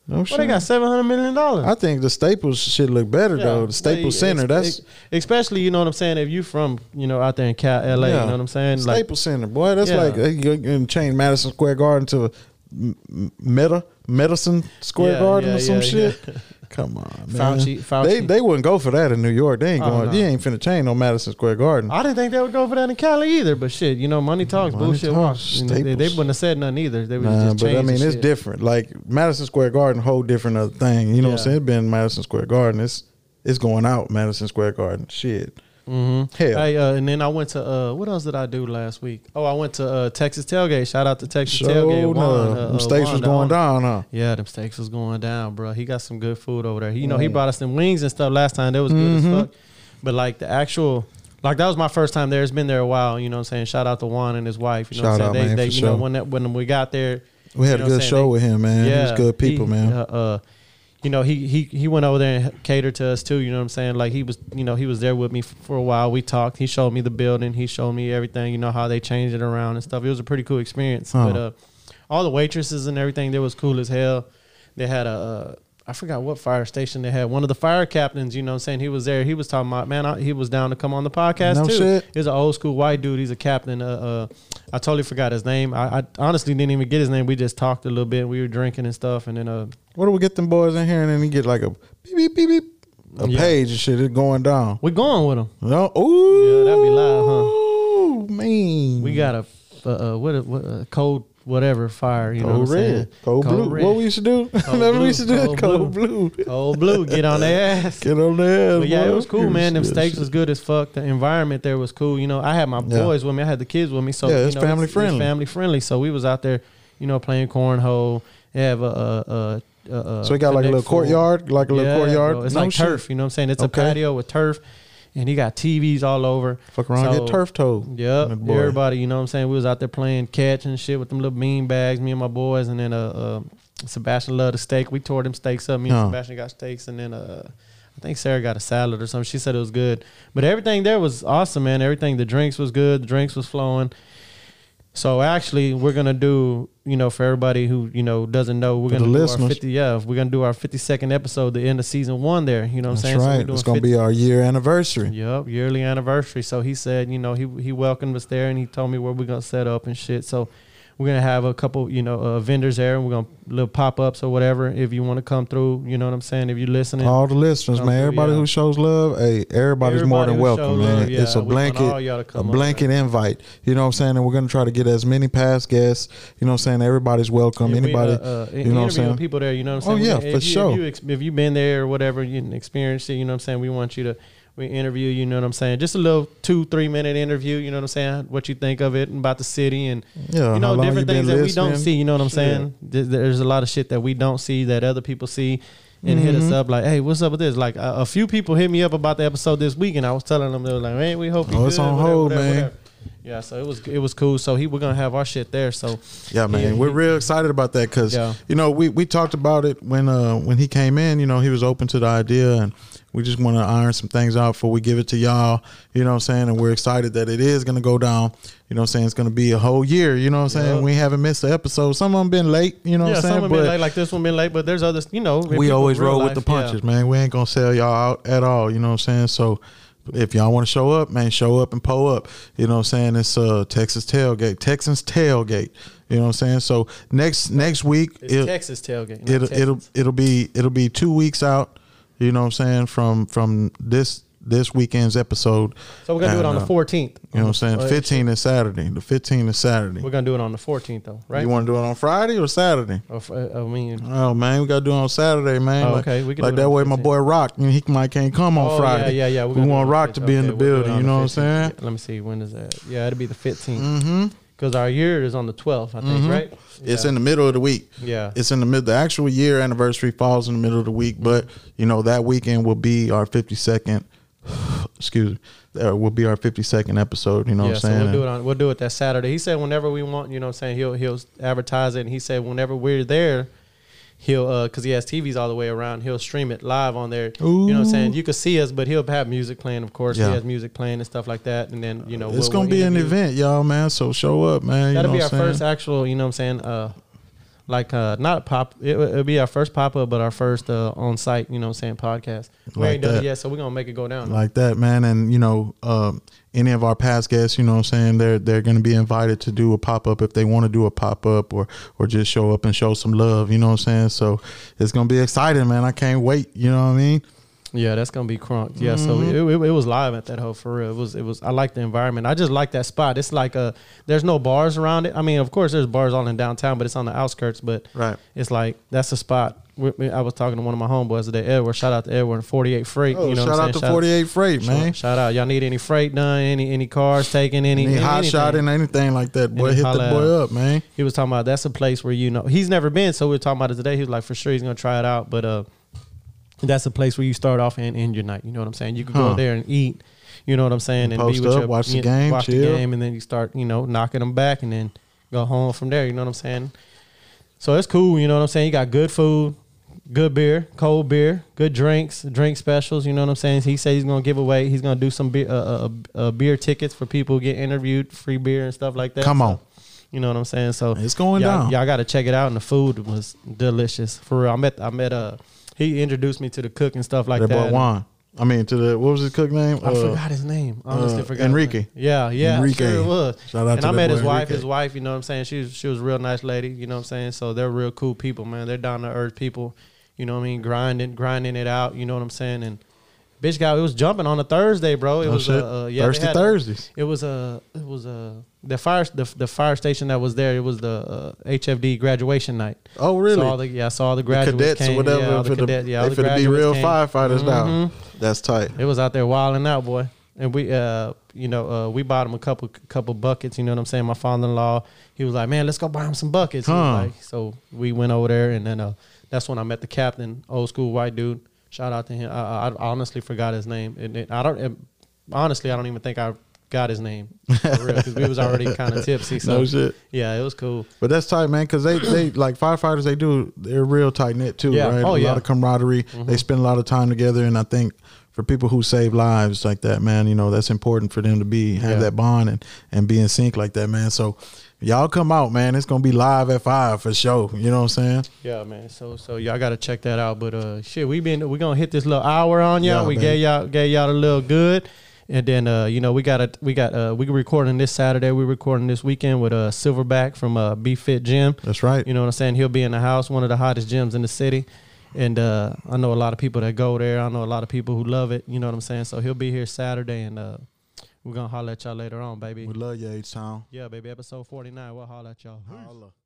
B: No
C: Well, they got seven hundred million dollars.
B: I think the Staples shit look better though. The Staples Center, that's
C: especially you know what I'm saying. If you from you know out there in Cal, LA,
B: Yeah.
C: you know what I'm saying. Like
B: Staples Center, boy. That's
C: Yeah.
B: like uh, you can change Madison Square Garden to a m- m- Meta Medicine Square
C: Yeah,
B: Garden
C: yeah,
B: or some
C: yeah,
B: shit. Come on, man.
C: Fauci- Fauci.
B: They they wouldn't go for that in New York. They ain't
C: Oh,
B: going.
C: no.
B: You ain't finna change no Madison Square Garden.
C: I didn't think they would go for that in Cali either. But shit, you know, money talks,
B: Money
C: bullshit
B: talks,
C: walks. You know, They, they
B: Staples.
C: wouldn't have said nothing either. They would have
B: Nah,
C: just
B: but I
C: changed the
B: mean, it's
C: shit.
B: different. Like Madison Square Garden, whole different other thing. You know what I'm
C: Yeah.
B: saying? It been Madison Square Garden. It's it's going out Madison Square Garden. Shit. Mm-hmm. Hell,
C: Hey, uh, and then I went to uh, what else did I do last week? Oh, I went to uh, Texas Tailgate. Shout out to Texas
B: sure
C: Tailgate.
B: enough,
C: Juan, uh,
B: them
C: uh,
B: stakes was
C: Juan
B: going down,
C: Dawson.
B: huh?
C: Yeah, them steaks was going down, bro. He got some good food over there. He, you know, he brought us some wings and stuff last time. That was good
B: Mm-hmm.
C: as fuck. But like the actual, like that was my first time there. It's been there a while. You know what I'm saying? Shout out to Juan and his wife. You know
B: Shout
C: what I'm
B: out,
C: saying?
B: man,
C: they, they,
B: for
C: you
B: sure.
C: know, when that, when we got there,
B: We had
C: you
B: a
C: know what I'm
B: good
C: saying?
B: show
C: They-
B: with him, man. he was good people,
C: he,
B: man.
C: Uh, uh, you know, he he he went over there and catered to us too. You know what I'm saying? Like he was, you know, he was there with me f- for a while. We talked. He showed me the building. He showed me everything. You know how they changed it around and stuff. It was a pretty cool experience.
B: Huh.
C: But uh, all the waitresses and everything there was cool as hell. They had a. Uh, I forgot what fire station they had. One of the fire captains, you know what I'm saying? He was there. He was talking about, man, I, he was down to come on the podcast
B: No
C: too.
B: shit.
C: He's an old school white dude. He's a captain. Uh, uh, I totally forgot his name. I, I honestly didn't even get his name. We just talked a little bit. We were drinking and stuff, and then uh,
B: What do we get them boys in here and then you get like a beep beep beep beep a
C: Yeah.
B: page and shit. It's going down.
C: we going with him.
B: No, ooh,
C: Yeah, that'd be loud, huh?
B: Ooh, man.
C: We got a uh, uh, what, a, what a cold whatever fire. You know
B: cold
C: what I'm saying?
B: red, cold, blue. What we used to do? Remember
C: blue,
B: we used to do cold,
C: cold
B: cold
C: blue.
B: blue.
C: cold blue. Get on their ass.
B: Get on there.
C: But yeah,
B: boy.
C: it was cool, man. Them
B: Yes,
C: steaks
B: yes.
C: was good as fuck. The environment there was cool. You know, I had my
B: Yeah.
C: boys with me. I had the kids with me. So
B: Yeah, it's
C: you know,
B: family friendly.
C: family friendly. So we was out there, you know, playing cornhole. They have a, a, a, a
B: So we got like a little courtyard, like a little courtyard.
C: Bro, it's
B: No
C: like
B: shit.
C: turf. You know what I'm saying? It's
B: Okay.
C: a patio with turf, and he got TVs all over.
B: Fuck around,
C: So-
B: get turf toed.
C: Yep,
B: That boy.
C: everybody. You know what I'm saying? We was out there playing catch and shit with them little bean bags. Me and my boys, and then uh, uh Sebastian loved the steak. We tore them steaks up. Me and
B: Huh.
C: Sebastian got steaks, and then uh, I think Sarah got a salad or something. She said it was good, but everything there was awesome, man. Everything, the drinks was good, the drinks was flowing. So actually, we're gonna do you know for everybody who you know doesn't know, we're
B: For
C: gonna
B: the
C: do
B: listeners.
C: our fifty. Yeah, we're gonna do our fifty second episode, the end of season one. There, you know what
B: That's
C: I'm saying? So we're
B: right.
C: doing
B: It's gonna
C: 50
B: be our year anniversary.
C: Yep, yearly anniversary. So he said, you know, he he welcomed us there and he told me where we're gonna set up and shit. So we're gonna have a couple, you know, uh, vendors there and we're gonna little pop ups or whatever. If you want to come through, you know what I'm saying. If you're listening,
B: All the listeners,
C: Come
B: man.
C: through,
B: Everybody
C: yeah.
B: who shows love, hey, everybody's more
C: Everybody
B: than
C: who show
B: welcome, man.
C: love, yeah,
B: it's a
C: we want all
B: blanket,
C: y'all to
B: a
C: come up,
B: blanket invite. You know what I'm saying? And we're gonna try to get as many past guests. You know what I'm saying? Everybody's welcome.
C: if we,
B: Anybody,
C: uh, uh,
B: you know what I'm
C: interviewing
B: saying?
C: People there, you know what I'm
B: Oh,
C: saying.
B: yeah,
C: if
B: for
C: you,
B: sure.
C: If, you ex- if you've been there or whatever, you didn't experience it. You know what I'm saying. We want you to. We interview you, you know what I'm saying? Just a little two, three minute interview, you know what I'm saying? What you think of it and about the city and
B: Yeah,
C: you
B: how
C: know
B: long
C: different
B: you been
C: things that we don't
B: listening?
C: see. You know what I'm
B: Shit.
C: saying? Th- There's a lot of shit that we don't see that other people see and hit
B: Mm-hmm.
C: us up like, "Hey, what's up with this?" Like a, a few people hit me up about the episode this week, and I was telling them they were like, "Man, we hope you
B: Oh, it's
C: good,
B: on
C: whatever,
B: hold,
C: whatever,
B: man.
C: whatever. Yeah, so it was it was cool. So he we're gonna have our shit there. So
B: Yeah, man,
C: he-
B: we're real excited about that because
C: Yeah.
B: you know we, we talked about it when uh when he came in. You know he was open to the idea, and we just want to iron some things out before we give it to y'all. You know what I'm saying? And we're excited that it is going to go down. You know what I'm saying? It's going to be a whole year. You know what I'm saying?
C: Yeah.
B: We haven't missed an episode. Some of them been late. You know
C: yeah,
B: what I'm saying?
C: some have been late, like this one been late, but there's others. You know,
B: we
C: people
B: always
C: real
B: roll
C: life,
B: with the
C: yeah.
B: punches, man. We ain't gonna sell y'all out at all. You know what I'm saying? So If y'all want to show up, man, show up and pull up. You know what I'm saying? It's uh Texas tailgate. Texans tailgate. You know what I'm saying? So next next week
C: It's
B: it-
C: Texas tailgate. not
B: it'll
C: Texans.
B: it'll it'll be it'll be two weeks out. You know what I'm saying from from this this weekend's episode.
C: so we're gonna do it
B: And,
C: on the
B: uh,
C: fourteenth.
B: You know what I'm saying? 15 is Saturday. The 15 is Saturday.
C: We're gonna do it on the fourteenth though, right?
B: You want to do it on Friday or Saturday?
C: Or f- uh, I mean,
B: Oh man, we gotta do it on Saturday, man.
C: Oh,
B: Like-
C: okay, we can
B: like
C: do it
B: that
C: on
B: way,
C: the
B: my
C: 15th.
B: boy Rock, you know, he might can't come on
C: oh,
B: Friday.
C: Yeah, yeah, yeah.
B: We want Rock to be in the building. You know what I'm saying? Mm-hmm.
C: Let me see. When is that? Yeah, it'll be the 15th Because our year is on the twelfth, I think, right?
B: It's
C: Yeah.
B: in the middle of the week.
C: Yeah.
B: It's in the mid. The actual year anniversary falls in the middle of the week, but you know that weekend will be our 52nd. excuse me. That will be our 52nd episode. You know
C: yeah,
B: what I'm
C: so
B: saying?
C: we'll do it on we'll do it that Saturday. He said whenever we want, you know what I'm saying, he'll he'll advertise it and he said whenever we're there, he'll uh cuz he has TVs all the way around, he'll stream it live on there. You know what I'm saying? You could see us, but he'll have music playing, of course.
B: Yeah.
C: He has music playing and stuff like that and then, you know,
B: it's
C: we'll-
B: gonna
C: we'll
B: be an
C: interview.
B: event, y'all, man. So show up, man.
C: That'll
B: you
C: be
B: know
C: our
B: what I'm
C: first
B: saying?
C: actual, you know what I'm saying, uh like uh not pop it, it'll be our first pop up but our first uh on site, you know what I'm saying, podcast. We
B: Like
C: ain't done
B: that.
C: it yet, so we're going to make it go down.
B: like that, man. And you know, um, any of our past guests, you know, what I'm saying they're they're going to be invited to do a pop up if they want to do a pop up or or just show up and show some love. You know what I'm saying? So it's going to be exciting, man. I can't wait. You know what I mean?
C: Yeah, that's gonna be crunk. Yeah, so it,
B: Mm-hmm.
C: it, it was live at that hoe for real. It was it was. I like the environment. I just like that spot. It's like a there's no bars around it. I mean, of course, there's bars all in downtown, but it's on the outskirts. But
B: Right.
C: it's like that's the spot. We- we- I was talking to one of my homeboys today, Edward. Shout out to Edward and 48 Freight.
B: Oh,
C: you know,
B: shout
C: what I'm
B: out to
C: saying?
B: 48 Freight, man.
C: Shout out. Y'all need any freight done? Any any cars taken? Any,
B: Any
C: any
B: hot shot and
C: anything.
B: anything like that, boy,
C: Any
B: hit the
C: holla
B: boy
C: at-
B: up, man.
C: He was talking about that's a place where you know he's never been, so we were talking about it today. He was like, for sure he's gonna try it out, but uh, that's a place where you start off and end your night. You know what I'm saying? You can
B: Huh.
C: go there and eat. You know what I'm saying? And
B: Post up, watch the
C: you-
B: game,
C: watch the
B: chill.
C: game, and then you start you know knocking them back, and then go home from there. You know what I'm saying? So it's cool. You know what I'm saying? You got good food. Good beer, cold beer, good drinks, drink specials. You know what I'm saying. He said he's gonna give away. He's gonna do some beer, uh, uh, uh, beer tickets for people who get interviewed, free beer and stuff like that.
B: Come
C: So-
B: on.
C: you know what I'm saying? So
B: It's going
C: y'all,
B: down.
C: Y'all got to check it out, and the food was delicious for real. I met I met uh he introduced me to the cook and stuff like
B: that
C: that.
B: boy Juan. I mean, to the what was his cook name?
C: I
B: Uh,
C: forgot his name. I Honestly,
B: uh,
C: forgot his
B: Enrique.
C: name. Yeah, yeah,
B: Enrique.
C: sure it was.
B: Shout out
C: and
B: to
C: I
B: that
C: met
B: boy
C: his wife.
B: Enrique.
C: His wife, you know what I'm saying? She was she was a real nice lady. You know what I'm saying? So they're real cool people, man. They're down to earth people. You know what I mean? Grinding, grinding it out. You know what I'm saying? And bitch, guy, it was jumping on a Thursday, bro. It
B: Oh,
C: was
B: shit.
C: uh, uh, yeah, they
B: Thirsty
C: had a-
B: Thursdays.
C: it was a. It was a. The fire. The, the fire station that was there. It was the uh, HFD graduation night.
B: Oh, really?
C: So all the, yeah, I saw all the
B: The
C: graduates.
B: cadets
C: came,
B: or whatever.
C: Yeah, all the
B: finna-
C: cadet, yeah, all
B: they
C: the
B: finna be
C: graduates
B: real
C: came.
B: firefighters now.
C: Mhm.
B: That's tight.
C: It was out there wilding out, boy. And we, uh, you know, uh, we bought him a couple couple buckets. You know what I'm saying? My father-in-law, he was like, "Man, let's go buy him some buckets." He was
B: Huh.
C: like- so we went over there, and then uh, that's when I met the captain, old school white dude. Shout out to him. I, I I honestly forgot his name, and it, I don't. It, honestly, I don't even think I got his name for real because we was already kind of tipsy. So
B: No shit.
C: yeah, it was cool.
B: But that's tight, man, because they they like firefighters. They do they're real tight knit too,
C: Yeah.
B: right?
C: Oh,
B: a
C: yeah. Mm-hmm.
B: lot of camaraderie. They spend a lot of time together, and I think for people who save lives like that, man, you know that's important for them to be have
C: Yeah.
B: that bond and and be in sync like that, man. So y'all come out, man. It's gonna be live at five for sure. You know what I'm saying?
C: Yeah, man. So so y'all gotta check that out. But uh shit, we been we gonna hit this little hour on y'all.
B: Yeah,
C: we
B: baby.
C: gave y'all gave y'all a little good. And then uh, you know, we got a we got uh we recording this Saturday, we recording this weekend with uh Silverback from uh B Fit Gym.
B: That's right.
C: You know what I'm saying? He'll be in the house, one of the hottest gyms in the city. And uh, I know a lot of people that go there. I know a lot of people who love it. You know what I'm saying? So he'll be here Saturday and uh we're gonna holler at y'all later on, baby.
B: we love you, H Town.
C: Yeah, baby, episode forty nine. We'll holler at y'all. Peace.